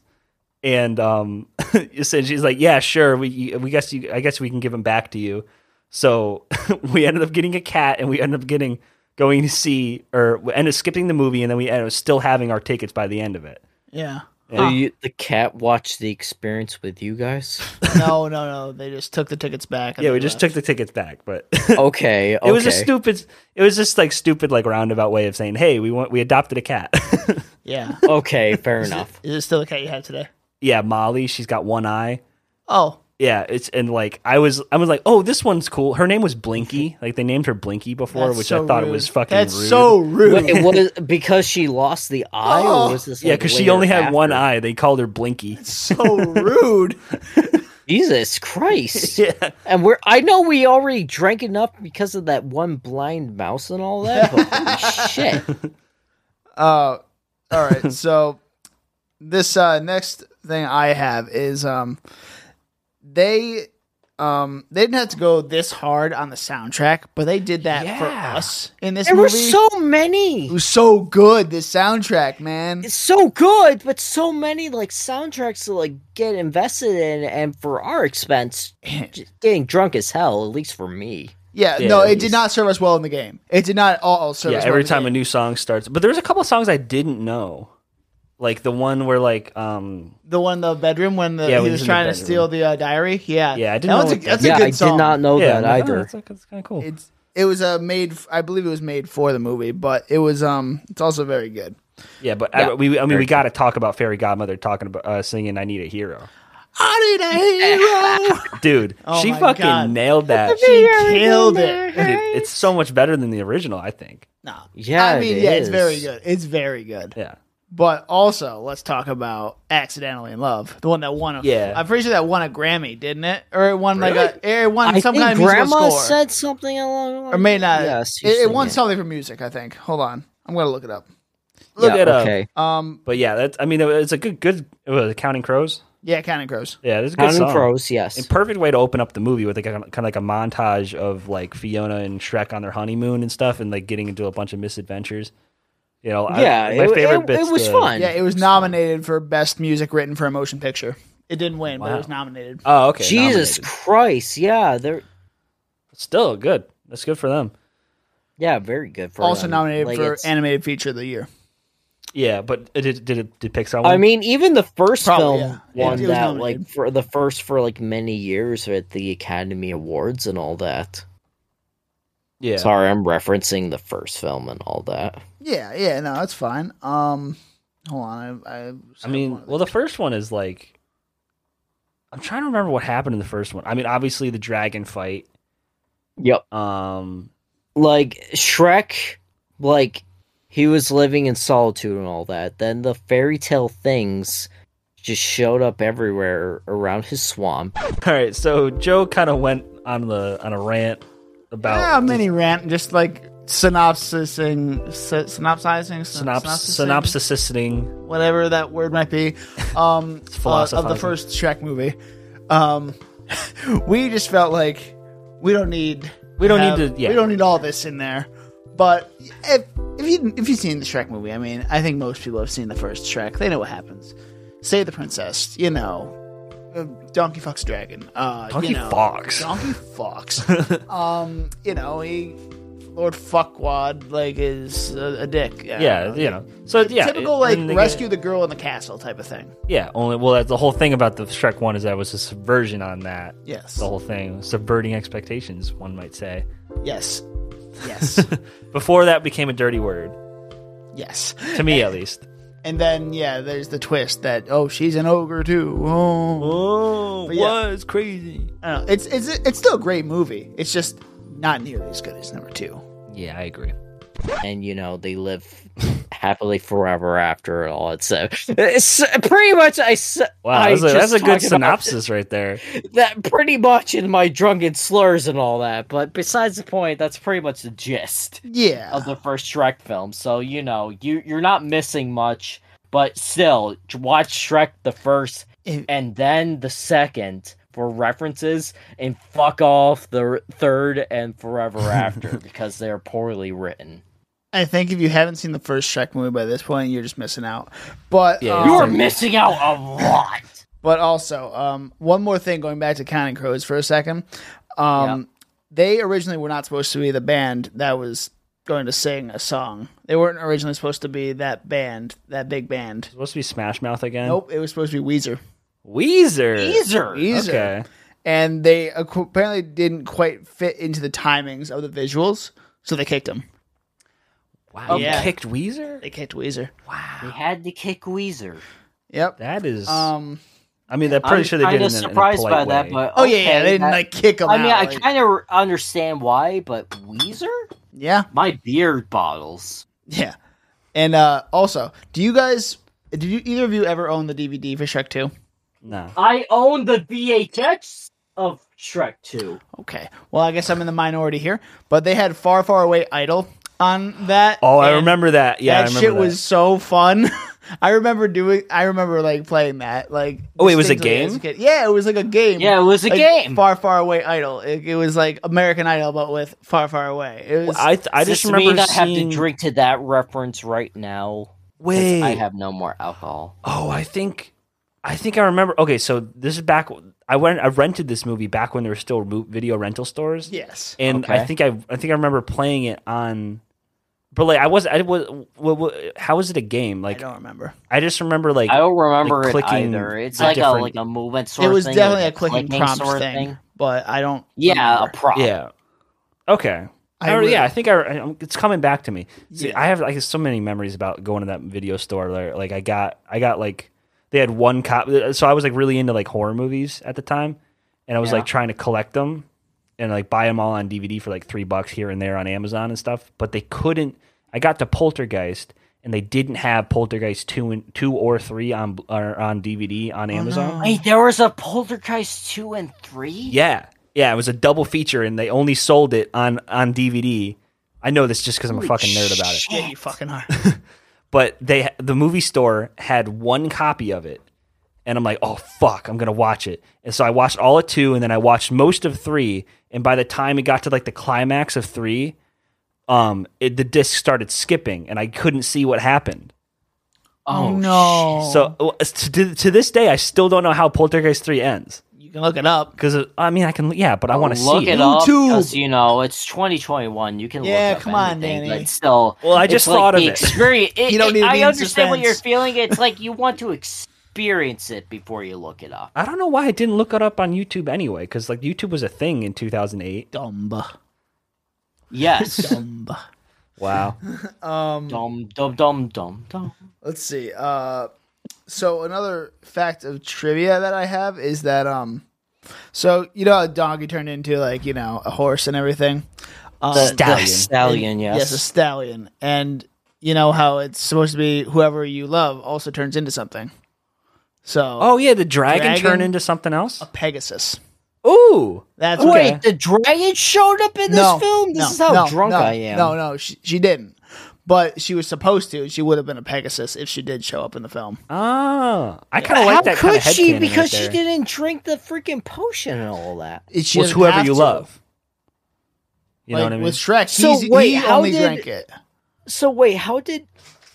[SPEAKER 1] And um, so she's like, "Yeah, sure. We we guess you, I guess we can give them back to you." So we ended up getting a cat, and we ended up getting going to see, or we ended up skipping the movie, and then we ended up still having our tickets by the end of it.
[SPEAKER 7] Yeah.
[SPEAKER 5] so you, the cat watched the experience with you guys
[SPEAKER 7] No, no, no. They just took the tickets back. and
[SPEAKER 1] Yeah,
[SPEAKER 7] they
[SPEAKER 1] we just
[SPEAKER 7] left.
[SPEAKER 1] took the tickets back, but
[SPEAKER 5] okay
[SPEAKER 7] Oh,
[SPEAKER 5] okay
[SPEAKER 1] it was a stupid, it was just like stupid, like roundabout way of saying, "Hey, we want we adopted a cat."
[SPEAKER 7] Yeah.
[SPEAKER 5] okay fair
[SPEAKER 7] Is it-
[SPEAKER 5] enough
[SPEAKER 7] Is it still the cat you have today?
[SPEAKER 1] yeah, Molly, she's got one eye.
[SPEAKER 7] Oh,
[SPEAKER 1] Yeah, it's and like I was, I was like, "Oh, this one's cool." Her name was Blinky. Like they named her Blinky before,
[SPEAKER 7] that's
[SPEAKER 1] which
[SPEAKER 7] so
[SPEAKER 1] I thought
[SPEAKER 7] rude.
[SPEAKER 1] it was fucking.
[SPEAKER 7] That's
[SPEAKER 1] rude.
[SPEAKER 7] so rude.
[SPEAKER 5] Wait, was because she lost the eye
[SPEAKER 2] Oh.
[SPEAKER 5] or was this
[SPEAKER 1] Yeah,
[SPEAKER 5] like,
[SPEAKER 1] because she
[SPEAKER 5] later
[SPEAKER 1] only had one
[SPEAKER 5] after?
[SPEAKER 1] eye. They called her Blinky.
[SPEAKER 7] so rude.
[SPEAKER 5] Jesus Christ.
[SPEAKER 1] yeah.
[SPEAKER 5] And we're I know we already drank enough because of that one blind mouse and all that, but holy shit.
[SPEAKER 2] Uh, all right. so this uh, next thing I have is um, they um, they didn't have to go this hard on the soundtrack, but they did that for
[SPEAKER 1] Yeah.
[SPEAKER 2] us in this
[SPEAKER 5] There were
[SPEAKER 2] movie.
[SPEAKER 5] so
[SPEAKER 2] it
[SPEAKER 5] many.
[SPEAKER 2] was so good. This soundtrack, man.
[SPEAKER 5] It's so good, but so many like soundtracks to like get invested in and for our expense j- getting drunk as hell, at least for me.
[SPEAKER 2] yeah,
[SPEAKER 1] Yeah,
[SPEAKER 2] no,
[SPEAKER 1] it
[SPEAKER 2] it did
[SPEAKER 1] was-
[SPEAKER 2] not serve us well in the game. It did not at all serve.
[SPEAKER 1] yeah
[SPEAKER 2] us well
[SPEAKER 1] every
[SPEAKER 2] in the
[SPEAKER 1] time a
[SPEAKER 2] game.
[SPEAKER 1] new song starts but there was a couple of songs i didn't know like the one where like um
[SPEAKER 2] the one in the bedroom when the,
[SPEAKER 1] Yeah,
[SPEAKER 2] he
[SPEAKER 1] when
[SPEAKER 2] was
[SPEAKER 1] he's in the
[SPEAKER 2] trying to
[SPEAKER 1] bedroom.
[SPEAKER 2] steal the uh, diary. Yeah,
[SPEAKER 1] Yeah, I didn't
[SPEAKER 2] That
[SPEAKER 1] know
[SPEAKER 2] one's a-
[SPEAKER 1] what that-
[SPEAKER 2] that's a
[SPEAKER 5] yeah,
[SPEAKER 2] good
[SPEAKER 5] I
[SPEAKER 2] song.
[SPEAKER 5] did not know
[SPEAKER 1] yeah
[SPEAKER 5] that
[SPEAKER 1] I'm like, oh,
[SPEAKER 5] either.
[SPEAKER 1] that's, like, that's kind of cool
[SPEAKER 2] It's it was uh, made. f- I believe it was made for the movie, but it was um. It's also very good.
[SPEAKER 1] yeah but I, we i mean we got to talk about fairy godmother talking about uh, singing i need a hero
[SPEAKER 2] I need a hero.
[SPEAKER 1] dude
[SPEAKER 2] Oh
[SPEAKER 1] she
[SPEAKER 2] my
[SPEAKER 1] fucking
[SPEAKER 2] God.
[SPEAKER 1] nailed that
[SPEAKER 2] she killed it.
[SPEAKER 1] Dude, it's so much better than the original i think
[SPEAKER 2] No,
[SPEAKER 5] Yeah,
[SPEAKER 2] I mean,
[SPEAKER 5] it
[SPEAKER 2] yeah, it's
[SPEAKER 5] is.
[SPEAKER 2] very good. It's very good.
[SPEAKER 1] yeah
[SPEAKER 2] But also, let's talk about "Accidentally in Love," the one that won. A,
[SPEAKER 1] Yeah.
[SPEAKER 2] I'm pretty sure that won a Grammy, didn't it? Or it won like a, it won
[SPEAKER 5] I
[SPEAKER 2] some
[SPEAKER 5] think
[SPEAKER 2] kind of musical
[SPEAKER 5] grandma
[SPEAKER 2] score,
[SPEAKER 5] said something along
[SPEAKER 2] or may not.
[SPEAKER 5] Yes,
[SPEAKER 2] it, it won
[SPEAKER 5] something.
[SPEAKER 2] something for music. I think. Hold on, I'm gonna look it up.
[SPEAKER 1] look
[SPEAKER 5] yeah,
[SPEAKER 1] it up
[SPEAKER 5] Okay.
[SPEAKER 2] Um,
[SPEAKER 1] but yeah that's i mean it, it's a good good it was counting crows
[SPEAKER 2] yeah, Counting Crows.
[SPEAKER 1] yeah that's a good
[SPEAKER 5] Counting
[SPEAKER 1] song
[SPEAKER 5] Crows, yes.
[SPEAKER 1] And perfect way to open up the movie with like a, kind of like a montage of like Fiona and Shrek on their honeymoon and stuff, and like getting into a bunch of misadventures. You know, I-
[SPEAKER 5] yeah,
[SPEAKER 1] my
[SPEAKER 5] it,
[SPEAKER 1] favorite
[SPEAKER 5] it,
[SPEAKER 1] bits.
[SPEAKER 5] it was
[SPEAKER 1] the-
[SPEAKER 5] fun.
[SPEAKER 2] Yeah, it was nominated for best music written for a motion picture. It didn't win, but it
[SPEAKER 1] Wow.
[SPEAKER 2] was nominated.
[SPEAKER 1] Oh, okay.
[SPEAKER 5] Jesus
[SPEAKER 1] nominated.
[SPEAKER 5] Christ! Yeah, they're
[SPEAKER 1] still good. That's good for them.
[SPEAKER 5] yeah, very good for
[SPEAKER 2] also
[SPEAKER 5] them.
[SPEAKER 2] nominated
[SPEAKER 5] Like,
[SPEAKER 2] for um,
[SPEAKER 5] it's-
[SPEAKER 2] animated feature of the year.
[SPEAKER 1] Yeah, but it, did did it did Pixar? Win?
[SPEAKER 5] I mean, even the first
[SPEAKER 2] Probably,
[SPEAKER 5] film
[SPEAKER 2] yeah.
[SPEAKER 5] won
[SPEAKER 2] It- it was
[SPEAKER 5] that
[SPEAKER 2] nominated.
[SPEAKER 5] like for the first for like many years at the Academy Awards and all that.
[SPEAKER 1] yeah.
[SPEAKER 5] Sorry, I'm referencing the first film and all that.
[SPEAKER 2] Yeah, yeah, no, that's fine. Um, hold on, I, I,
[SPEAKER 1] I mean, well, the first one is like, I'm trying to remember what happened in the first one. I mean, obviously the dragon fight.
[SPEAKER 5] Yep.
[SPEAKER 1] Um,
[SPEAKER 5] like Shrek, like he was living in solitude and all that. Then the fairy tale things just showed up everywhere around his swamp.
[SPEAKER 1] all right, so Joe kind of went on the on a rant about
[SPEAKER 2] yeah, mini rant, just like synopsising, sy- synopsizing, syn-
[SPEAKER 1] synops-
[SPEAKER 2] synopsising,
[SPEAKER 1] synopsising
[SPEAKER 2] whatever that word might be, um, uh, of the
[SPEAKER 1] philosophizing.
[SPEAKER 2] first Shrek movie. Um, we just felt like we don't need,
[SPEAKER 1] We don't
[SPEAKER 2] have-
[SPEAKER 1] need to. Yeah,
[SPEAKER 2] we don't need all this in there. But if if you if you've seen the Shrek movie, I mean, I think most people have seen the first Shrek. They know what happens. Save the princess, you know. uh, Donkey fucks dragon. Uh,
[SPEAKER 1] Donkey
[SPEAKER 2] you know,
[SPEAKER 1] Fox.
[SPEAKER 2] Donkey Fox. um, you know he, Lord Fuckwad, like is a, a dick. I
[SPEAKER 1] yeah,
[SPEAKER 2] don't know.
[SPEAKER 1] you know. So yeah,
[SPEAKER 2] typical like
[SPEAKER 1] and they
[SPEAKER 2] rescue the girl in the castle type of thing.
[SPEAKER 1] get- yeah, only well, that's the whole thing about the Shrek one is that was a subversion on that.
[SPEAKER 2] Yes,
[SPEAKER 1] The whole thing, subverting expectations, one might say.
[SPEAKER 2] yes, yes,
[SPEAKER 1] Before that became a dirty word
[SPEAKER 2] yes.
[SPEAKER 1] to me, at least.
[SPEAKER 2] And then yeah, there's the twist that oh she's an ogre too. Oh.
[SPEAKER 1] Oh,
[SPEAKER 2] But yeah.
[SPEAKER 1] was crazy.
[SPEAKER 2] I don't know. It's it's it's still a great movie. It's just not nearly as good as number two.
[SPEAKER 1] Yeah, I agree.
[SPEAKER 5] And you know, they live happily forever after and all. It's, uh, it's pretty much I s-
[SPEAKER 1] Wow,
[SPEAKER 5] I
[SPEAKER 1] that's a, that's
[SPEAKER 5] just
[SPEAKER 1] a good
[SPEAKER 5] talking about
[SPEAKER 1] synopsis right there.
[SPEAKER 5] That pretty much in my drunken slurs and all that. But besides the point, that's pretty much the gist.
[SPEAKER 2] Yeah,
[SPEAKER 3] of the first Shrek film. So you know you you're not missing much, but still j- watch Shrek the first
[SPEAKER 2] It-
[SPEAKER 3] and then the second for references, and fuck off the r- third and forever after because they're poorly written.
[SPEAKER 2] I think if you haven't seen the first Shrek movie by this point, you're just missing out. But
[SPEAKER 1] Yeah,
[SPEAKER 2] um,
[SPEAKER 1] you're
[SPEAKER 3] You're missing out a lot.
[SPEAKER 2] but also um, one more thing, going back to Counting Crows for a second. Um, They originally were not supposed to be the band that was going to sing a song. They weren't originally supposed to be that band, that big band.
[SPEAKER 1] Supposed to be Smash Mouth again.
[SPEAKER 2] Nope, it was supposed to be Weezer.
[SPEAKER 1] Weezer.
[SPEAKER 3] Weezer.
[SPEAKER 2] Weezer.
[SPEAKER 1] Okay.
[SPEAKER 2] and they ac- apparently didn't quite fit into the timings of the visuals, so they kicked him.
[SPEAKER 1] Wow.
[SPEAKER 2] Yeah.
[SPEAKER 1] You kicked Weezer.
[SPEAKER 2] They kicked Weezer.
[SPEAKER 3] They had to kick Weezer.
[SPEAKER 2] Yep.
[SPEAKER 1] That is.
[SPEAKER 2] Um.
[SPEAKER 1] I mean, they're pretty
[SPEAKER 3] I'm
[SPEAKER 1] sure they
[SPEAKER 3] kinda
[SPEAKER 1] did. it in a- in a
[SPEAKER 3] surprised
[SPEAKER 1] polite
[SPEAKER 3] by that,
[SPEAKER 1] way.
[SPEAKER 3] but
[SPEAKER 2] Oh yeah, yeah.
[SPEAKER 3] okay,
[SPEAKER 2] They didn't
[SPEAKER 3] that-
[SPEAKER 2] like kick him.
[SPEAKER 3] I mean,
[SPEAKER 2] out,
[SPEAKER 3] I
[SPEAKER 2] like-
[SPEAKER 3] kind of understand why, but Weezer,
[SPEAKER 2] yeah,
[SPEAKER 3] my beard bottles.
[SPEAKER 2] yeah. And uh, also, do you guys? Did you either of you ever own the DVD for Shrek Two?
[SPEAKER 1] No.
[SPEAKER 3] I own the VHS of Shrek 2.
[SPEAKER 7] Okay. Well, I guess I'm in the minority here, but they had Far Far Away Idol on that.
[SPEAKER 1] Oh, I
[SPEAKER 7] and
[SPEAKER 1] remember that. Yeah, I
[SPEAKER 7] that
[SPEAKER 1] remember
[SPEAKER 7] shit
[SPEAKER 1] that.
[SPEAKER 7] was so fun. I remember doing. I remember like playing that. Like
[SPEAKER 1] Oh, it was a
[SPEAKER 7] distinctly as
[SPEAKER 1] game?
[SPEAKER 7] kid. Yeah, it was like a game.
[SPEAKER 3] Yeah, it was a
[SPEAKER 7] Like,
[SPEAKER 3] game.
[SPEAKER 7] Far Far Away Idol. It, it was like American Idol, but with Far Far Away. It was.
[SPEAKER 1] I I
[SPEAKER 3] Does
[SPEAKER 1] just
[SPEAKER 3] this
[SPEAKER 1] remember
[SPEAKER 3] mean I
[SPEAKER 1] seeing.
[SPEAKER 3] have to drink to that reference right now. 'Cause
[SPEAKER 1] Wait.
[SPEAKER 3] I have no more alcohol.
[SPEAKER 1] Oh, I think, I think I remember. Okay, so this is back. I went. I rented this movie back when there were still mo- video rental stores.
[SPEAKER 7] yes.
[SPEAKER 1] and I
[SPEAKER 3] Okay.
[SPEAKER 1] think I I think I remember playing it on. But like I was I was what, what, how was it a game?
[SPEAKER 7] I
[SPEAKER 1] Like I,
[SPEAKER 7] don't remember.
[SPEAKER 1] just remember like
[SPEAKER 3] I don't remember
[SPEAKER 1] like
[SPEAKER 3] it
[SPEAKER 1] clicking
[SPEAKER 3] either. It's
[SPEAKER 1] a
[SPEAKER 3] like a
[SPEAKER 1] different-
[SPEAKER 3] like a movement sort
[SPEAKER 7] It
[SPEAKER 3] of
[SPEAKER 7] was
[SPEAKER 3] thing,
[SPEAKER 7] definitely
[SPEAKER 3] like
[SPEAKER 7] a clicking prompt
[SPEAKER 3] sort of
[SPEAKER 7] thing, but I don't.
[SPEAKER 3] Yeah,
[SPEAKER 7] remember.
[SPEAKER 3] a prop.
[SPEAKER 1] yeah. Okay.
[SPEAKER 7] I
[SPEAKER 1] I re-
[SPEAKER 7] really-
[SPEAKER 1] yeah, I think I, I- it's coming back to me. See,
[SPEAKER 7] Yeah.
[SPEAKER 1] I have like so many memories about going to that video store. Like, like I got, I got like they had one cop. uh, So I was like really into like horror movies at the time, and I was
[SPEAKER 3] Yeah.
[SPEAKER 1] like trying to collect them and like buy them all on DVD for like three bucks here and there on Amazon and stuff. But they couldn't. I got to Poltergeist, and they didn't have Poltergeist two and two or three on or on DVD on Amazon.
[SPEAKER 3] Wait, there was a Poltergeist 2 and 3?
[SPEAKER 1] Yeah, yeah, it was a double feature, and they only sold it on on DVD. I know this just because I'm a fucking nerd about it.
[SPEAKER 7] Yeah, you fucking are.
[SPEAKER 1] but they the movie store had one copy of it and i'm like oh fuck i'm gonna watch it and so i watched all of two and then i watched most of three and by the time it got to like the climax of three um it, the disc started skipping and i couldn't see what happened
[SPEAKER 3] Oh,
[SPEAKER 7] no.
[SPEAKER 1] so uh, to, to this day i still don't know how poltergeist 3 ends
[SPEAKER 7] you can look it up.
[SPEAKER 1] because i mean i can yeah but i want to
[SPEAKER 3] look
[SPEAKER 1] see it,
[SPEAKER 3] it up
[SPEAKER 7] YouTube.
[SPEAKER 3] because you know it's 2021. You can
[SPEAKER 7] Yeah,
[SPEAKER 3] look up
[SPEAKER 7] come on,
[SPEAKER 3] anything,
[SPEAKER 7] Danny.
[SPEAKER 3] But still,
[SPEAKER 1] Well, I
[SPEAKER 3] it's
[SPEAKER 1] just
[SPEAKER 3] like
[SPEAKER 1] thought of
[SPEAKER 3] the
[SPEAKER 1] it.
[SPEAKER 3] Experience. it,
[SPEAKER 7] You don't
[SPEAKER 3] it-
[SPEAKER 7] need to be
[SPEAKER 3] I
[SPEAKER 7] in
[SPEAKER 3] understand what you're
[SPEAKER 7] suspense.
[SPEAKER 3] feeling. It's like you want to experience it before you look it up.
[SPEAKER 1] i don't know why i didn't look it up on youtube anyway because like youtube was a thing in 2008
[SPEAKER 7] Dumba.
[SPEAKER 3] Yes,
[SPEAKER 7] Dumba.
[SPEAKER 1] wow
[SPEAKER 2] Um,
[SPEAKER 3] dum dum dum dum dum.
[SPEAKER 2] Let's see. Uh, so another fact of trivia that I have is that um, so you know, how a donkey turned into like you know a horse and everything. Uh,
[SPEAKER 3] The-
[SPEAKER 7] Um,
[SPEAKER 3] the
[SPEAKER 1] Stallion.
[SPEAKER 3] stallion. Yes.
[SPEAKER 7] yes, a stallion, and you know how it's supposed to be whoever you love also turns into something. So,
[SPEAKER 1] oh yeah the dragon,
[SPEAKER 7] Dragon?
[SPEAKER 1] turned into something else
[SPEAKER 7] a Pegasus.
[SPEAKER 1] ooh
[SPEAKER 7] That's
[SPEAKER 1] Okay.
[SPEAKER 7] what
[SPEAKER 3] Oh, Wait, the dragon showed up in this
[SPEAKER 7] No,
[SPEAKER 3] film. This
[SPEAKER 7] no,
[SPEAKER 3] is how
[SPEAKER 7] no,
[SPEAKER 3] drunk
[SPEAKER 7] no,
[SPEAKER 3] I am.
[SPEAKER 7] No, no, she, she didn't. But she was supposed to. She would have been a Pegasus if she did show up in the film.
[SPEAKER 1] Oh, I kind of
[SPEAKER 3] How
[SPEAKER 1] like that kind
[SPEAKER 3] could
[SPEAKER 1] of head
[SPEAKER 3] she? Because she didn't drink the freaking potion and all that.
[SPEAKER 7] It, she
[SPEAKER 1] Was
[SPEAKER 7] doesn't
[SPEAKER 1] whoever
[SPEAKER 7] have
[SPEAKER 1] you
[SPEAKER 7] to.
[SPEAKER 1] love. You know
[SPEAKER 7] Like,
[SPEAKER 1] what I mean?
[SPEAKER 7] With Shrek,
[SPEAKER 3] So
[SPEAKER 7] he's,
[SPEAKER 3] wait,
[SPEAKER 7] he
[SPEAKER 3] how
[SPEAKER 7] only
[SPEAKER 3] did-
[SPEAKER 7] drank it.
[SPEAKER 3] So wait, how did?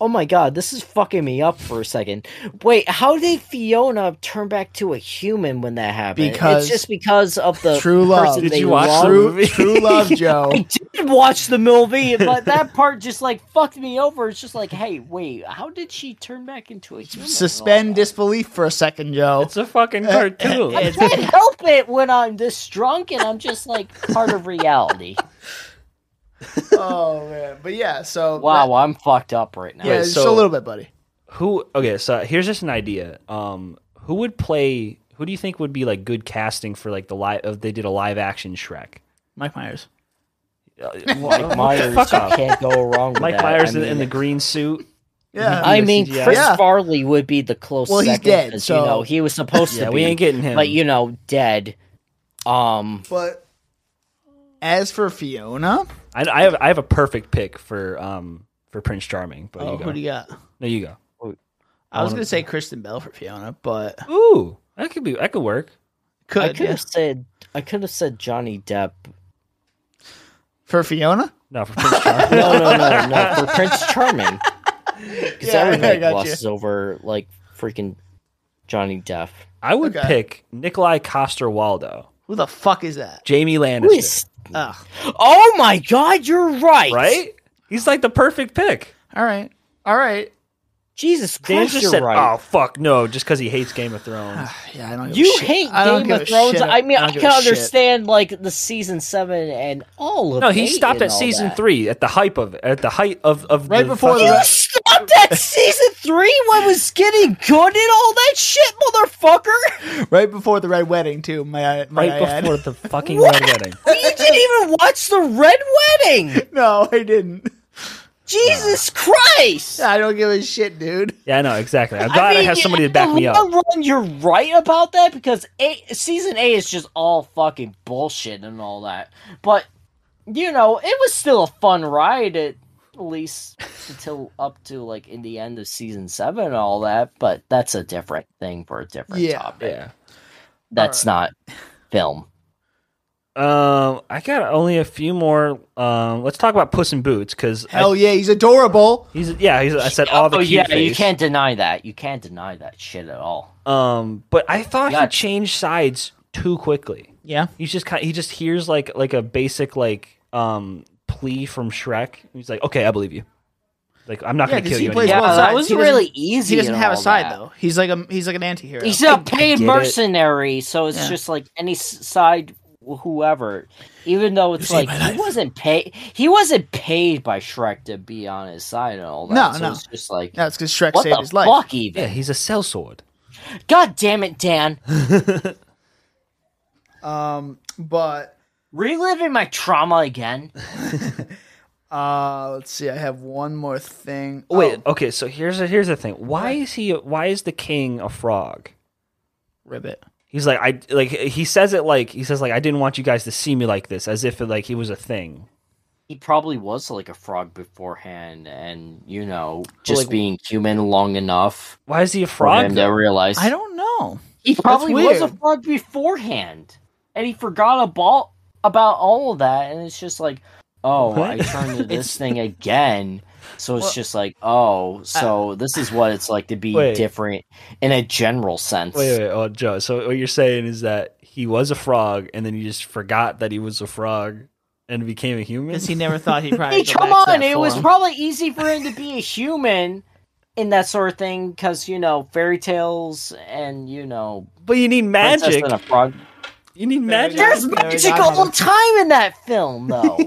[SPEAKER 3] Oh my god, this is fucking me up for a second. Wait, how did Fiona turn back to a human when that happened?
[SPEAKER 7] Because-
[SPEAKER 3] it's just because of the
[SPEAKER 7] True love.
[SPEAKER 3] person
[SPEAKER 1] Did
[SPEAKER 3] they
[SPEAKER 1] you watch
[SPEAKER 3] love.
[SPEAKER 1] the
[SPEAKER 2] True,
[SPEAKER 1] movie?
[SPEAKER 2] true love, Joe.
[SPEAKER 3] I did watch the movie, but that part just like fucked me over. It's just like, hey, wait, how did she turn back into a human? and all
[SPEAKER 7] Suspend
[SPEAKER 3] that?
[SPEAKER 7] disbelief for a second, Joe.
[SPEAKER 1] It's a fucking cartoon.
[SPEAKER 3] I can't help it when I'm this drunk and I'm just like part of reality.
[SPEAKER 2] oh man, but yeah. So
[SPEAKER 3] Wow, I'm fucked up right now.
[SPEAKER 2] that- yeah,
[SPEAKER 1] Wait,
[SPEAKER 2] just
[SPEAKER 1] so-
[SPEAKER 2] a little bit, buddy.
[SPEAKER 1] who? Okay, so here's just an idea. Um, who would play? Who do you think would be like good casting for like the live? If they did a live action Shrek,
[SPEAKER 7] Mike Myers.
[SPEAKER 3] Mike Myers,
[SPEAKER 1] fuck
[SPEAKER 3] you
[SPEAKER 1] up?
[SPEAKER 3] can't go wrong with
[SPEAKER 1] Mike
[SPEAKER 3] that.
[SPEAKER 1] Myers
[SPEAKER 3] I
[SPEAKER 1] in-
[SPEAKER 3] mean,
[SPEAKER 1] in the green suit.
[SPEAKER 2] Yeah,
[SPEAKER 1] I
[SPEAKER 3] I
[SPEAKER 1] mean,
[SPEAKER 3] mean,
[SPEAKER 1] CGI.
[SPEAKER 3] Chris
[SPEAKER 2] Yeah.
[SPEAKER 3] Farley would be the close
[SPEAKER 2] Well, he's
[SPEAKER 3] second,
[SPEAKER 2] dead,
[SPEAKER 3] 'cause,
[SPEAKER 2] so-
[SPEAKER 3] you know he was supposed
[SPEAKER 1] Yeah,
[SPEAKER 3] to
[SPEAKER 1] we
[SPEAKER 3] be,
[SPEAKER 1] ain't getting him.
[SPEAKER 3] but you know, dead. Um,
[SPEAKER 2] but as for Fiona,
[SPEAKER 1] I, I have I have a perfect pick for um for Prince Charming. But
[SPEAKER 7] Oh,
[SPEAKER 1] you
[SPEAKER 7] who
[SPEAKER 1] go.
[SPEAKER 7] do you got?
[SPEAKER 1] no, you go.
[SPEAKER 7] I was
[SPEAKER 1] wanna-
[SPEAKER 7] going to say Kristen Bell for Fiona, but
[SPEAKER 1] Ooh, that could be that could work.
[SPEAKER 7] could,
[SPEAKER 3] I could
[SPEAKER 7] yeah.
[SPEAKER 3] have said I could have said Johnny Depp.
[SPEAKER 7] for Fiona?
[SPEAKER 1] No, for Prince Charming.
[SPEAKER 3] No, no, no, no, for Prince Charming. Because
[SPEAKER 7] Yeah, I
[SPEAKER 3] everybody
[SPEAKER 7] got you.
[SPEAKER 3] glosses over like freaking Johnny Depp.
[SPEAKER 1] I would
[SPEAKER 2] Okay.
[SPEAKER 1] pick Nikolai Coster Waldo,
[SPEAKER 7] Who the fuck is that?
[SPEAKER 1] Jamie Lannister.
[SPEAKER 3] Who is-
[SPEAKER 7] Ugh.
[SPEAKER 3] Oh my God, you're right.
[SPEAKER 1] right? He's like the perfect pick.
[SPEAKER 7] All right. All right.
[SPEAKER 3] Jesus
[SPEAKER 1] Dan
[SPEAKER 3] Christ,
[SPEAKER 1] just
[SPEAKER 3] you're
[SPEAKER 1] said,
[SPEAKER 3] right.
[SPEAKER 1] "Oh fuck, no," just because he hates Game of Thrones.
[SPEAKER 2] yeah, I don't. Give a
[SPEAKER 3] You
[SPEAKER 2] shit.
[SPEAKER 3] hate
[SPEAKER 2] I don't
[SPEAKER 3] Game
[SPEAKER 2] give a
[SPEAKER 3] of Thrones.
[SPEAKER 2] shit.
[SPEAKER 3] I mean, I,
[SPEAKER 2] don't give
[SPEAKER 3] can
[SPEAKER 2] a shit.
[SPEAKER 3] understand like the season seven and all of.
[SPEAKER 1] no, he
[SPEAKER 3] eight
[SPEAKER 1] stopped
[SPEAKER 3] and
[SPEAKER 1] at
[SPEAKER 3] all
[SPEAKER 1] season
[SPEAKER 3] that.
[SPEAKER 1] three at the hype of at the height of of
[SPEAKER 2] Right before the
[SPEAKER 1] fucking-
[SPEAKER 3] You
[SPEAKER 2] rest-
[SPEAKER 3] stopped at season three when it was getting good and all that shit, motherfucker.
[SPEAKER 2] right before the red wedding too. May I?
[SPEAKER 1] right
[SPEAKER 2] May I add?
[SPEAKER 1] before the fucking red wedding.
[SPEAKER 3] You didn't even watch the Red Wedding.
[SPEAKER 2] No, I didn't.
[SPEAKER 3] Jesus Christ!
[SPEAKER 2] I don't give a shit, dude.
[SPEAKER 1] Yeah, I know exactly. I'm glad I,
[SPEAKER 3] mean,
[SPEAKER 1] have somebody to
[SPEAKER 3] in
[SPEAKER 1] back
[SPEAKER 3] the
[SPEAKER 1] me up.
[SPEAKER 3] long Run, you're right about that because a- season A is just all fucking bullshit and all that. But you know, it was still a fun ride at least until up to like in the end of season seven and all that. But that's a different thing for a different
[SPEAKER 2] Yeah.
[SPEAKER 3] topic. That's not film.
[SPEAKER 1] Um, I got only a few more. Um, let's talk about Puss in Boots because
[SPEAKER 2] Hell yeah, he's adorable.
[SPEAKER 1] he's yeah. He's, I said all the
[SPEAKER 3] oh
[SPEAKER 1] cute
[SPEAKER 3] yeah, you
[SPEAKER 1] face.
[SPEAKER 3] can't deny that. You can't deny that shit at all.
[SPEAKER 1] Um, but I thought
[SPEAKER 3] Yeah.
[SPEAKER 1] he changed sides too quickly.
[SPEAKER 7] Yeah.
[SPEAKER 1] He's just kind. He just hears like like a basic like um plea from Shrek. He's like, okay, I believe you. Like I'm not
[SPEAKER 7] Yeah,
[SPEAKER 1] gonna
[SPEAKER 7] 'cause
[SPEAKER 1] kill
[SPEAKER 7] he
[SPEAKER 1] you.
[SPEAKER 7] plays
[SPEAKER 1] anymore.
[SPEAKER 3] Yeah,
[SPEAKER 7] both
[SPEAKER 3] that
[SPEAKER 7] sides.
[SPEAKER 3] was
[SPEAKER 7] He doesn't-
[SPEAKER 3] really
[SPEAKER 7] He
[SPEAKER 3] easy.
[SPEAKER 7] doesn't
[SPEAKER 3] and
[SPEAKER 7] have a
[SPEAKER 3] all
[SPEAKER 7] side
[SPEAKER 3] that.
[SPEAKER 7] though. He's like a he's like an anti-hero.
[SPEAKER 3] He's
[SPEAKER 1] I-
[SPEAKER 3] a
[SPEAKER 1] I
[SPEAKER 3] paid
[SPEAKER 1] get it.
[SPEAKER 3] mercenary, so it's
[SPEAKER 7] Yeah.
[SPEAKER 3] just like any s- side whoever. Even though it's like he wasn't paid, he wasn't paid by Shrek to be on his side and all that.
[SPEAKER 2] No,
[SPEAKER 3] so
[SPEAKER 2] no.
[SPEAKER 3] it's just like
[SPEAKER 2] That's because Shrek
[SPEAKER 3] what
[SPEAKER 2] saved
[SPEAKER 3] the
[SPEAKER 2] his life.
[SPEAKER 3] fuck,
[SPEAKER 1] Yeah,
[SPEAKER 3] even?
[SPEAKER 1] he's a sellsword.
[SPEAKER 3] God damn it, Dan!
[SPEAKER 2] Um, but
[SPEAKER 3] Reliving my trauma again.
[SPEAKER 2] uh, let's see. I have one more thing.
[SPEAKER 1] Wait,
[SPEAKER 2] Oh,
[SPEAKER 1] okay. So here's a, here's the thing. Why is he? Why is the king a frog?
[SPEAKER 7] Ribbit.
[SPEAKER 1] He's like I like he says it like he says like I didn't want you guys to see me like this as if it, like he was a thing.
[SPEAKER 3] He probably was like a frog beforehand, and you know, just
[SPEAKER 1] like-
[SPEAKER 3] being human long enough
[SPEAKER 1] Why is he a
[SPEAKER 3] for
[SPEAKER 1] frog?
[SPEAKER 3] him to realize.
[SPEAKER 7] I don't know.
[SPEAKER 3] He probably was
[SPEAKER 2] weird.
[SPEAKER 3] a frog beforehand, and he forgot about about all of that, and it's just like, oh, I
[SPEAKER 1] What?
[SPEAKER 3] turned to this thing again. So it's just like,
[SPEAKER 7] uh,
[SPEAKER 3] oh, so this is what it's like to be
[SPEAKER 1] Wait.
[SPEAKER 3] different in a general sense.
[SPEAKER 1] Wait, wait, oh, Joe. So what you're saying is that he was a frog, and then you just forgot that he was a frog and became a human.
[SPEAKER 7] Because he never thought he'd probably.
[SPEAKER 3] Hey,
[SPEAKER 7] go
[SPEAKER 3] come
[SPEAKER 7] back to
[SPEAKER 3] on!
[SPEAKER 7] that
[SPEAKER 3] It was
[SPEAKER 7] form.
[SPEAKER 3] probably easy for him to be a human in that sort of thing because you know fairy tales and you know
[SPEAKER 1] but you need
[SPEAKER 3] princess
[SPEAKER 1] magic.
[SPEAKER 3] and a frog.
[SPEAKER 1] You need magic.
[SPEAKER 3] There's
[SPEAKER 7] Fairy
[SPEAKER 3] magic
[SPEAKER 7] godmother.
[SPEAKER 3] all the time in that film, though.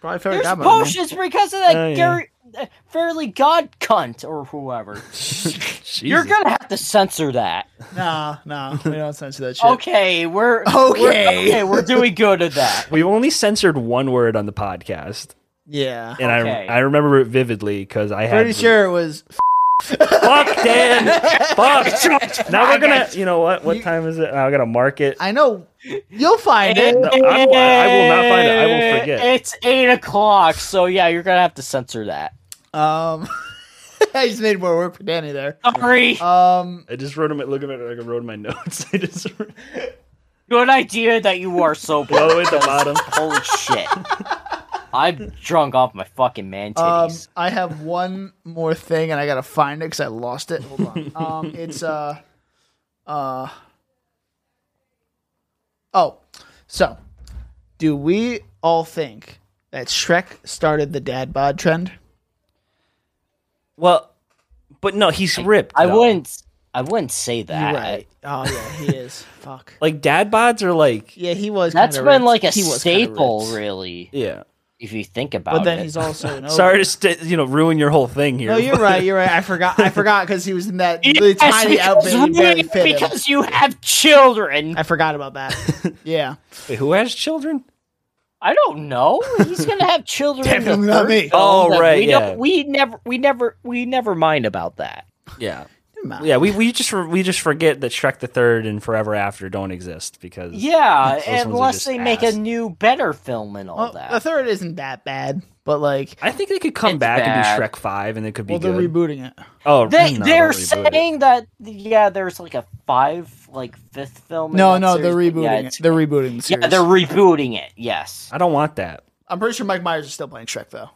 [SPEAKER 7] probably fairy
[SPEAKER 3] There's
[SPEAKER 7] godmother, man.
[SPEAKER 3] potions because of that
[SPEAKER 1] Oh, yeah.
[SPEAKER 3] Gary, uh, Fairly God cunt or whoever. You're
[SPEAKER 1] Jesus.
[SPEAKER 3] gonna have to censor that.
[SPEAKER 2] nah, nah. We don't censor that shit.
[SPEAKER 3] Okay, we're
[SPEAKER 2] Okay.
[SPEAKER 3] We're, okay, we're doing good at that.
[SPEAKER 1] We've only censored one word on the podcast,
[SPEAKER 7] Yeah.
[SPEAKER 1] and
[SPEAKER 3] Okay.
[SPEAKER 1] I I remember it vividly because I had
[SPEAKER 2] Pretty
[SPEAKER 1] the-
[SPEAKER 2] sure it was.
[SPEAKER 1] Fuck Dan. Fuck. Now we're gonna. You know what? What time is it? I gotta mark it.
[SPEAKER 2] I know. You'll find it.
[SPEAKER 1] No, I will- I will not find it. I will forget.
[SPEAKER 3] It's eight o'clock, so yeah, you're gonna have to censor that.
[SPEAKER 2] Um, I just made more work for Danny there.
[SPEAKER 3] Sorry,
[SPEAKER 2] Um,
[SPEAKER 1] I just wrote him. Look at it. I wrote in my notes. I just
[SPEAKER 3] good idea that you are sober.
[SPEAKER 1] all the way at the bottom.
[SPEAKER 3] Holy shit! I'm drunk off my fucking man
[SPEAKER 2] um,
[SPEAKER 3] titties.
[SPEAKER 2] I have one more thing, and I gotta find it because I lost it. Hold on. Um, it's uh, uh. Oh, so do we all think that Shrek started the dad bod trend?
[SPEAKER 1] Well, but no, he's ripped.
[SPEAKER 3] I
[SPEAKER 1] though.
[SPEAKER 3] wouldn't. I wouldn't say that.
[SPEAKER 2] You're right. Oh yeah, he is. Fuck.
[SPEAKER 1] Like dad bods are like
[SPEAKER 2] Yeah, he was.
[SPEAKER 3] That's
[SPEAKER 2] kinda
[SPEAKER 3] been
[SPEAKER 2] ripped.
[SPEAKER 3] like a
[SPEAKER 2] He was kinda
[SPEAKER 3] staple,
[SPEAKER 2] ripped.
[SPEAKER 3] really,
[SPEAKER 1] yeah.
[SPEAKER 3] if you think about
[SPEAKER 7] But then
[SPEAKER 3] it.
[SPEAKER 7] he's also an ogre.
[SPEAKER 1] Sorry to st- you know ruin your whole thing here.
[SPEAKER 2] Oh. No, you're right. You're right. I forgot. I forgot because he was in that really
[SPEAKER 3] Yes,
[SPEAKER 2] tiny outfit. He barely
[SPEAKER 3] we-
[SPEAKER 2] fit him.
[SPEAKER 3] because you have children.
[SPEAKER 2] I forgot about that. yeah,
[SPEAKER 1] Wait, who has children?
[SPEAKER 3] I don't know. He's gonna have children. in the
[SPEAKER 2] Definitely not
[SPEAKER 3] third
[SPEAKER 2] me.
[SPEAKER 3] film
[SPEAKER 1] Oh,
[SPEAKER 3] that
[SPEAKER 1] right,
[SPEAKER 3] We,
[SPEAKER 1] yeah.
[SPEAKER 3] don't, we never, we never, we never mind about that.
[SPEAKER 1] Yeah,
[SPEAKER 2] Never mind.
[SPEAKER 1] yeah. We, we just we just forget that Shrek the Third and Forever After don't exist because Those
[SPEAKER 3] Yeah,
[SPEAKER 1] ones are
[SPEAKER 3] unless
[SPEAKER 1] just
[SPEAKER 3] they make a
[SPEAKER 1] ass.
[SPEAKER 3] new, better film and all
[SPEAKER 2] Well,
[SPEAKER 3] that.
[SPEAKER 2] the third isn't that bad, but like,
[SPEAKER 1] I think they could come
[SPEAKER 3] It's
[SPEAKER 1] back
[SPEAKER 3] bad.
[SPEAKER 1] and do Shrek Five and it could be
[SPEAKER 2] well, they're
[SPEAKER 1] good.
[SPEAKER 2] rebooting it.
[SPEAKER 1] oh,
[SPEAKER 3] they,
[SPEAKER 1] no,
[SPEAKER 3] they're
[SPEAKER 1] don't reboot it.
[SPEAKER 3] saying that yeah, there's like a five, like fifth film. in
[SPEAKER 2] No,
[SPEAKER 3] that
[SPEAKER 2] no, they're
[SPEAKER 3] series, but
[SPEAKER 2] rebooting
[SPEAKER 3] yeah,
[SPEAKER 2] it.
[SPEAKER 3] it's-
[SPEAKER 2] They're rebooting the series.
[SPEAKER 3] yeah, they're rebooting it. Yes,
[SPEAKER 1] I don't want that.
[SPEAKER 2] I'm pretty sure Mike Myers is still playing Shrek though.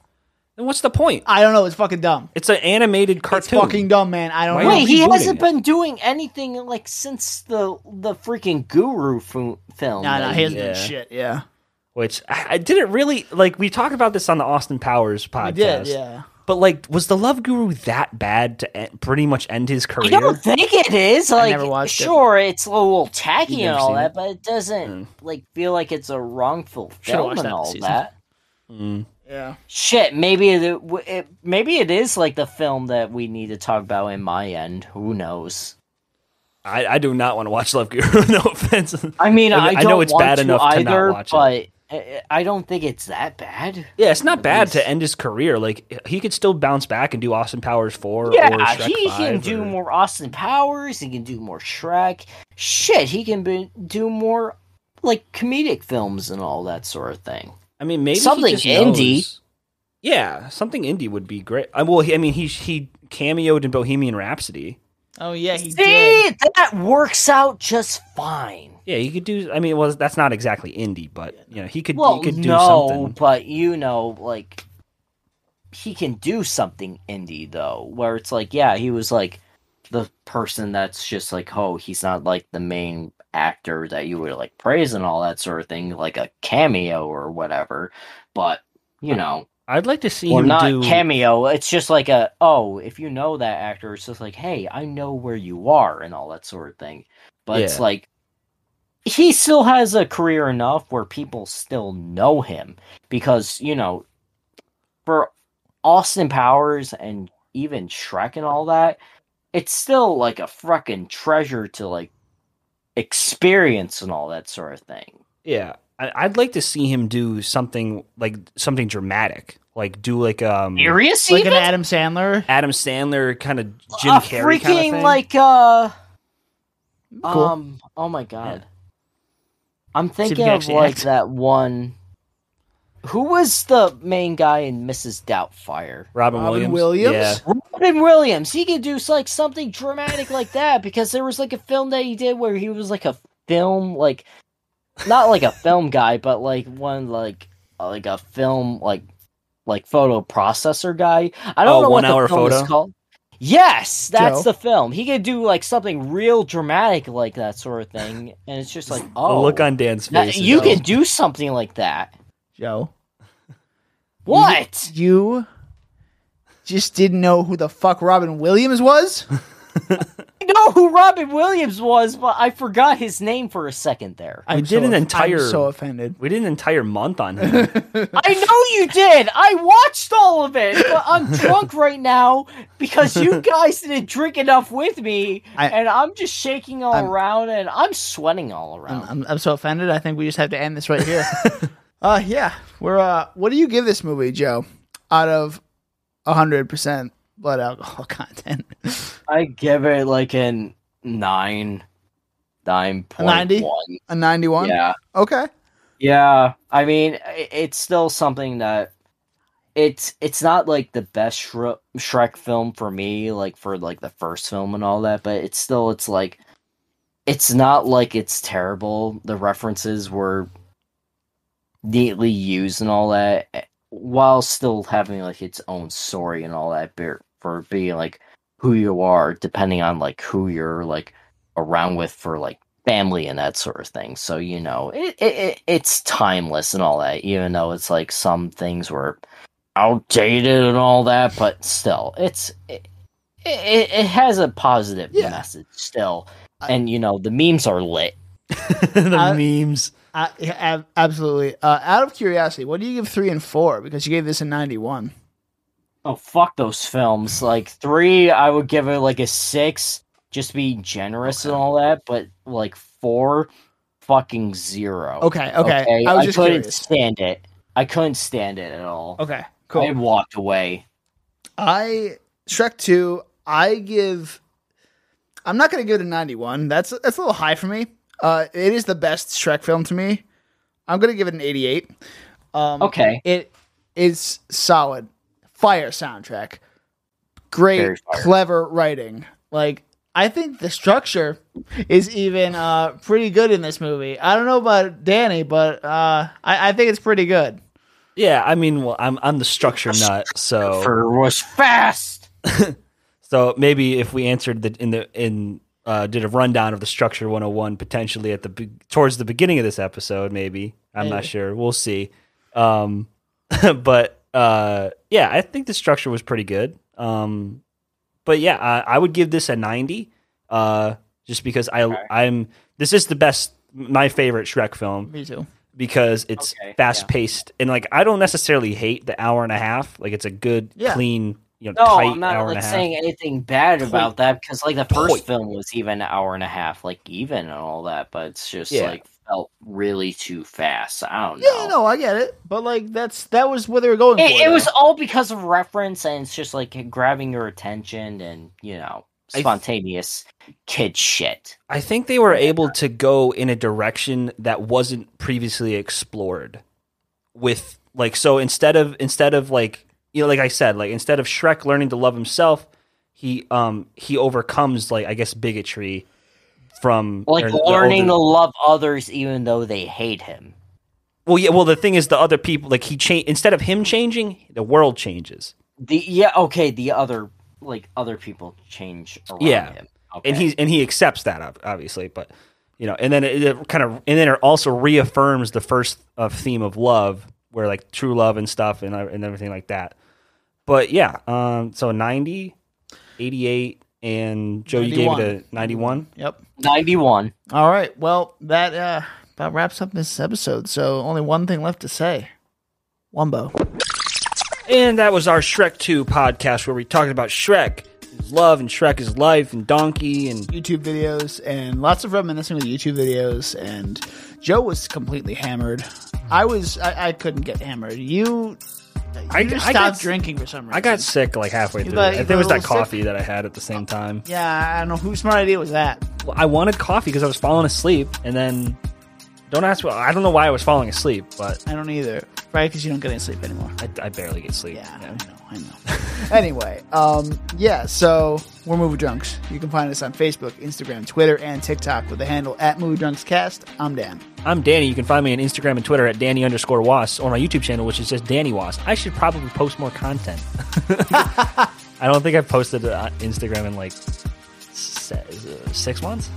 [SPEAKER 1] Then what's the point?
[SPEAKER 2] I don't know. It's fucking dumb.
[SPEAKER 1] It's an animated
[SPEAKER 2] It's
[SPEAKER 1] cartoon.
[SPEAKER 2] fucking dumb, man. I don't
[SPEAKER 1] Why
[SPEAKER 2] know.
[SPEAKER 1] are
[SPEAKER 3] Wait, he
[SPEAKER 1] rebooting
[SPEAKER 3] hasn't
[SPEAKER 1] it.
[SPEAKER 3] been doing anything like since the the freaking Guru fu- film.
[SPEAKER 2] No, no,
[SPEAKER 3] that
[SPEAKER 2] he hasn't
[SPEAKER 1] Yeah.
[SPEAKER 2] done shit. Yeah,
[SPEAKER 1] Which I, I didn't really like. We talked about this on the Austin Powers podcast.
[SPEAKER 2] he did. Yeah,
[SPEAKER 1] But like, was the Love Guru that bad to en- pretty much end his
[SPEAKER 3] I
[SPEAKER 1] career?
[SPEAKER 3] don't think it is. Like,
[SPEAKER 2] never watched it.
[SPEAKER 3] sure, it's a little tacky
[SPEAKER 1] You've
[SPEAKER 3] and
[SPEAKER 1] never
[SPEAKER 3] all
[SPEAKER 1] seen
[SPEAKER 3] that,
[SPEAKER 1] it?
[SPEAKER 3] but it
[SPEAKER 1] Hmm.
[SPEAKER 3] doesn't like feel like it's a wrongful
[SPEAKER 7] Should've
[SPEAKER 3] film
[SPEAKER 7] watched
[SPEAKER 3] and
[SPEAKER 7] that
[SPEAKER 3] all
[SPEAKER 7] season.
[SPEAKER 3] that.
[SPEAKER 1] Mm.
[SPEAKER 2] yeah.
[SPEAKER 3] Shit, maybe it, w- it maybe it is like the film that we need to talk about in my end. Who knows?
[SPEAKER 1] I, I do not want to watch Love Guru. no offense.
[SPEAKER 3] I mean,
[SPEAKER 1] I-
[SPEAKER 3] I,
[SPEAKER 1] I know
[SPEAKER 3] don't
[SPEAKER 1] it's
[SPEAKER 3] want
[SPEAKER 1] bad
[SPEAKER 3] to
[SPEAKER 1] enough to not
[SPEAKER 3] either,
[SPEAKER 1] watch it.
[SPEAKER 3] but I I don't think it's that bad.
[SPEAKER 1] Yeah, it's not bad to end his career. Like he could still bounce back and do Austin Powers four. or
[SPEAKER 3] Yeah,
[SPEAKER 1] Shrek
[SPEAKER 3] he
[SPEAKER 1] 5
[SPEAKER 3] can
[SPEAKER 1] or-
[SPEAKER 3] do more Austin Powers. He can do more Shrek. Shit, he can be, do more like comedic films and all that sort of thing.
[SPEAKER 1] I mean, maybe he
[SPEAKER 3] Something
[SPEAKER 1] just
[SPEAKER 3] indie.
[SPEAKER 1] knows. Yeah, something indie would be great. I, well, he, I mean, he he cameoed in Bohemian Rhapsody.
[SPEAKER 8] Oh yeah, he did.
[SPEAKER 3] See, that works out just fine.
[SPEAKER 1] Yeah, he could do. I mean, well, that's not exactly indie, but you know, he could
[SPEAKER 3] Well,
[SPEAKER 1] he could do
[SPEAKER 3] no,
[SPEAKER 1] something.
[SPEAKER 3] but you know, like he can do something indie though, where it's like, yeah, he was like the person that's just like, oh, he's not like the main actor that you would like praise and all that sort of thing, like a cameo or whatever. But you know,
[SPEAKER 1] I'd like to see
[SPEAKER 3] or
[SPEAKER 1] him
[SPEAKER 3] not
[SPEAKER 1] do.
[SPEAKER 3] cameo. It's just like a oh, if you know that actor, it's just like hey, I know where you are and all that sort of thing. But it's
[SPEAKER 1] Yeah.
[SPEAKER 3] like he still has a career enough where people still know him because you know for Austin Powers and even Shrek and all that, it's still like a fucking treasure to like experience and all that sort of thing.
[SPEAKER 1] yeah, I, I'd like to see him do something like something dramatic, like do like um
[SPEAKER 3] Serious,
[SPEAKER 8] Like an
[SPEAKER 3] even?
[SPEAKER 8] Adam Sandler.
[SPEAKER 1] Adam Sandler kind of Jim
[SPEAKER 3] a
[SPEAKER 1] Carrey
[SPEAKER 3] freaking
[SPEAKER 1] kind of thing.
[SPEAKER 3] like uh
[SPEAKER 2] Cool.
[SPEAKER 3] um oh my god i'm
[SPEAKER 8] if you
[SPEAKER 3] thinking
[SPEAKER 8] can
[SPEAKER 3] of
[SPEAKER 8] actually
[SPEAKER 3] like
[SPEAKER 8] act.
[SPEAKER 3] that one who was the main guy in mrs doubtfire
[SPEAKER 1] Robin,
[SPEAKER 2] Robin
[SPEAKER 1] Williams.
[SPEAKER 2] Williams?
[SPEAKER 1] Yeah.
[SPEAKER 3] robin williams he could do like something dramatic like that because there was like a film that he did where he was like a film like not like a film guy but like one like like a film like like photo processor guy i don't
[SPEAKER 1] Oh,
[SPEAKER 3] know
[SPEAKER 1] One
[SPEAKER 3] what
[SPEAKER 1] Hour
[SPEAKER 3] the film
[SPEAKER 1] Photo?
[SPEAKER 3] is called Yes, that's
[SPEAKER 2] Joe?
[SPEAKER 3] the film. He could do like something real dramatic, like that sort of thing, and it's just like,
[SPEAKER 1] The
[SPEAKER 3] oh,
[SPEAKER 1] look on Dan's
[SPEAKER 3] that-
[SPEAKER 1] face. is
[SPEAKER 3] you
[SPEAKER 1] awesome.
[SPEAKER 3] can do something like that.
[SPEAKER 2] Joe.
[SPEAKER 3] What?
[SPEAKER 2] You
[SPEAKER 8] Just didn't know who the fuck Robin Williams was.
[SPEAKER 3] I know who Robin Williams was, but I forgot his name for a second there.
[SPEAKER 1] We did an
[SPEAKER 2] off-
[SPEAKER 1] entire.
[SPEAKER 2] I'm so offended.
[SPEAKER 1] we did an entire month on him.
[SPEAKER 3] I know you did. I watched all of it, but I'm drunk right now because you guys didn't drink enough with me,
[SPEAKER 2] I-
[SPEAKER 3] and I'm just shaking all
[SPEAKER 2] I'm-
[SPEAKER 3] around and I'm sweating all around.
[SPEAKER 8] I'm, I'm, I'm so offended. I think we just have to end this right here.
[SPEAKER 2] Uh yeah. We're uh what do you give this movie, Joe? Out of hundred percent blood alcohol content.
[SPEAKER 9] I give it like an nine, nine point
[SPEAKER 2] 90?
[SPEAKER 9] one.
[SPEAKER 2] A ninety one?
[SPEAKER 9] Yeah,
[SPEAKER 2] Okay.
[SPEAKER 9] yeah. I mean, i- it's still something that it's it's not like the best Shre- Shrek film for me, like for like the first film and all that. But it's still it's like it's not like it's terrible. The references were neatly used and all that, eh, while still having like its own story and all that. be- For being like who you are, depending on like who you're like around with for like family and that sort of thing. So you know, it, it, it it's timeless and all that. Even though it's like some things were outdated and all that, but still, it's it, it, it has a positive
[SPEAKER 2] Yeah.
[SPEAKER 9] message still. And you know, the memes are lit.
[SPEAKER 1] the
[SPEAKER 2] I-
[SPEAKER 1] memes.
[SPEAKER 2] Uh, yeah, ab- absolutely. Uh, out of curiosity, what do you give three and four? Because you gave this a ninety-one.
[SPEAKER 9] Oh fuck those films! Like three, I would give it like a six, just be generous and all that. But like four, fucking zero.
[SPEAKER 2] Okay, okay. I was just
[SPEAKER 9] couldn't
[SPEAKER 2] curious.
[SPEAKER 9] stand it. I couldn't stand it at all.
[SPEAKER 2] Okay,
[SPEAKER 9] I
[SPEAKER 2] cool.
[SPEAKER 9] walked away.
[SPEAKER 2] I Shrek two. I give. I'm not gonna give it a 91. That's that's a little high for me. Uh, it is the best Shrek film to me. I'm gonna give it an 88. Um,
[SPEAKER 9] Okay.
[SPEAKER 2] It is solid. Fire soundtrack. Great,
[SPEAKER 9] Very fire.
[SPEAKER 2] clever writing.
[SPEAKER 8] like I think the structure is even uh, pretty good in this movie. I don't know about Danny, but uh, I, I think it's pretty good.
[SPEAKER 1] Yeah, I mean, well, I'm I'm the structure nut, so
[SPEAKER 9] For was fast.
[SPEAKER 1] so maybe if we answered the in the in uh, did a rundown of the structure 101 potentially at the be- towards the beginning of this episode, maybe I'm not
[SPEAKER 8] Maybe.
[SPEAKER 1] sure. We'll see. Um, but uh, yeah, I think the structure was pretty good. Um, but yeah, I, I would give this a 90, uh, just because I I'm this is the best my favorite Shrek film
[SPEAKER 8] Me too.
[SPEAKER 1] because it's
[SPEAKER 9] Okay,
[SPEAKER 1] fast paced and like I don't necessarily hate the hour and a half. Like it's a good,
[SPEAKER 8] Yeah.
[SPEAKER 1] clean. you know,
[SPEAKER 3] No,
[SPEAKER 1] tight
[SPEAKER 3] I'm not
[SPEAKER 1] hour and
[SPEAKER 3] like
[SPEAKER 1] a half.
[SPEAKER 3] saying anything bad about that because like the first
[SPEAKER 1] Point.
[SPEAKER 3] film was even an hour and a half, like even and all that, but it's just
[SPEAKER 1] Yeah.
[SPEAKER 3] like felt really too fast. I don't know.
[SPEAKER 7] Yeah, no, I get it. But like that's that was what they were going for.
[SPEAKER 3] It, it
[SPEAKER 7] though.
[SPEAKER 3] was all because of reference, and it's just like grabbing your attention and you know
[SPEAKER 1] I th-
[SPEAKER 3] spontaneous kid shit.
[SPEAKER 1] I think they were able to go in a direction that wasn't previously explored with like so instead of instead of like you know like I said like instead of Shrek learning to love himself he um he overcomes like I guess bigotry from
[SPEAKER 3] Like
[SPEAKER 1] or the older-
[SPEAKER 3] learning to love others even though they hate him.
[SPEAKER 1] well yeah well the thing is the other people like he cha- instead of him changing the world changes
[SPEAKER 3] The yeah, okay, the other like other people change around
[SPEAKER 1] Yeah.
[SPEAKER 3] him.
[SPEAKER 1] and
[SPEAKER 3] Okay.
[SPEAKER 1] he's and he accepts that ob- obviously but you know and then it, it kind of and then it also reaffirms the first uh, theme of love where like true love and stuff and, uh, and everything like that but yeah um so 90 88 and joe you gave it a 91
[SPEAKER 7] Yep.
[SPEAKER 3] ninety one.
[SPEAKER 7] All right. Well, that uh about wraps up this episode. So only one thing left to say. Wumbo.
[SPEAKER 1] and that was our shrek 2 podcast where we talked about shrek his love and shrek is life and donkey and
[SPEAKER 2] YouTube videos and lots of reminiscing with YouTube videos. And Joe was completely hammered.
[SPEAKER 7] I was I, I couldn't get hammered. You
[SPEAKER 1] I,
[SPEAKER 7] you just
[SPEAKER 1] I
[SPEAKER 7] stopped
[SPEAKER 1] got,
[SPEAKER 7] drinking for some reason.
[SPEAKER 1] I got sick like halfway
[SPEAKER 7] You
[SPEAKER 1] through
[SPEAKER 7] got-
[SPEAKER 1] i
[SPEAKER 7] you
[SPEAKER 1] think
[SPEAKER 7] got
[SPEAKER 1] it was
[SPEAKER 7] a
[SPEAKER 1] that
[SPEAKER 7] little sick?
[SPEAKER 1] coffee that i had at the same time
[SPEAKER 7] Yeah, I don't know whose smart idea was that.
[SPEAKER 1] Well, I wanted coffee because I was falling asleep, and then don't ask. Well, I don't know why I was falling asleep, but
[SPEAKER 7] I don't either. Right? Because you don't get any sleep anymore.
[SPEAKER 1] I, I barely get sleep.
[SPEAKER 7] Yeah,
[SPEAKER 1] you
[SPEAKER 7] I
[SPEAKER 1] know.
[SPEAKER 7] know, I know.
[SPEAKER 2] anyway, um, yeah, so we're Movie Drunks. You can find us on Facebook, Instagram, Twitter, and TikTok with the handle at Movie Drunks Cast. I'm Dan.
[SPEAKER 1] I'm Danny. You can find me on Instagram and Twitter at Danny underscore Was or my YouTube channel, which is just Danny Was. I should probably post more content. I don't think I've posted on Instagram in like se- six months.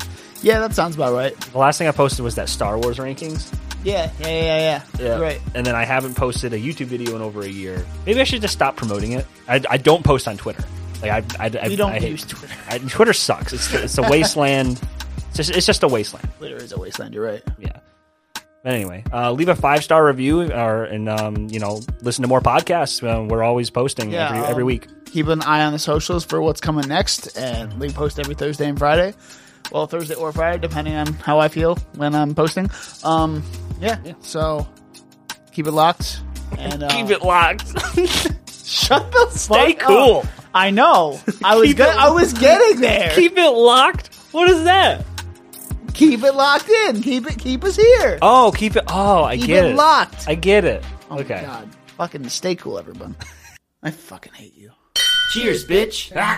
[SPEAKER 2] Yeah, that sounds about right.
[SPEAKER 1] The last thing I posted was that Star Wars rankings.
[SPEAKER 7] Yeah, yeah, yeah, yeah. yeah. Right.
[SPEAKER 1] And then I haven't posted a YouTube video in over a year. Maybe I should just stop promoting it. I, I don't post on Twitter. Like I, I, I
[SPEAKER 7] We don't
[SPEAKER 1] I hate-
[SPEAKER 7] use Twitter.
[SPEAKER 1] I, Twitter sucks. It's, it's a wasteland. It's just, it's just a wasteland.
[SPEAKER 7] Twitter is a wasteland. You're right.
[SPEAKER 1] Yeah. But anyway, uh, leave a five star review or and um, you know listen to more podcasts. Uh, we're always posting
[SPEAKER 7] Yeah,
[SPEAKER 1] every,
[SPEAKER 7] um,
[SPEAKER 1] every week.
[SPEAKER 2] Keep an eye on the socials for what's coming next, and we post every Thursday and Friday.
[SPEAKER 7] Well, Thursday or Friday, depending on how I feel when I'm posting. Um, yeah.
[SPEAKER 2] So keep it locked.
[SPEAKER 7] And uh,
[SPEAKER 1] Keep it locked.
[SPEAKER 7] Shut the
[SPEAKER 1] Stay
[SPEAKER 2] Oh.
[SPEAKER 7] fuck up.
[SPEAKER 1] cool.
[SPEAKER 7] I know. I was
[SPEAKER 1] Keep
[SPEAKER 7] good.
[SPEAKER 1] it-
[SPEAKER 7] I was getting there.
[SPEAKER 1] Keep it locked. What is that?
[SPEAKER 2] Keep it locked in. Keep it. Keep us here.
[SPEAKER 1] Oh, keep it. Oh, I
[SPEAKER 2] keep
[SPEAKER 1] get
[SPEAKER 2] it
[SPEAKER 1] it.
[SPEAKER 2] locked.
[SPEAKER 1] I get it.
[SPEAKER 2] Oh my
[SPEAKER 1] okay.
[SPEAKER 2] God. Fucking stay cool, everyone. I fucking hate you.
[SPEAKER 5] Cheers, bitch.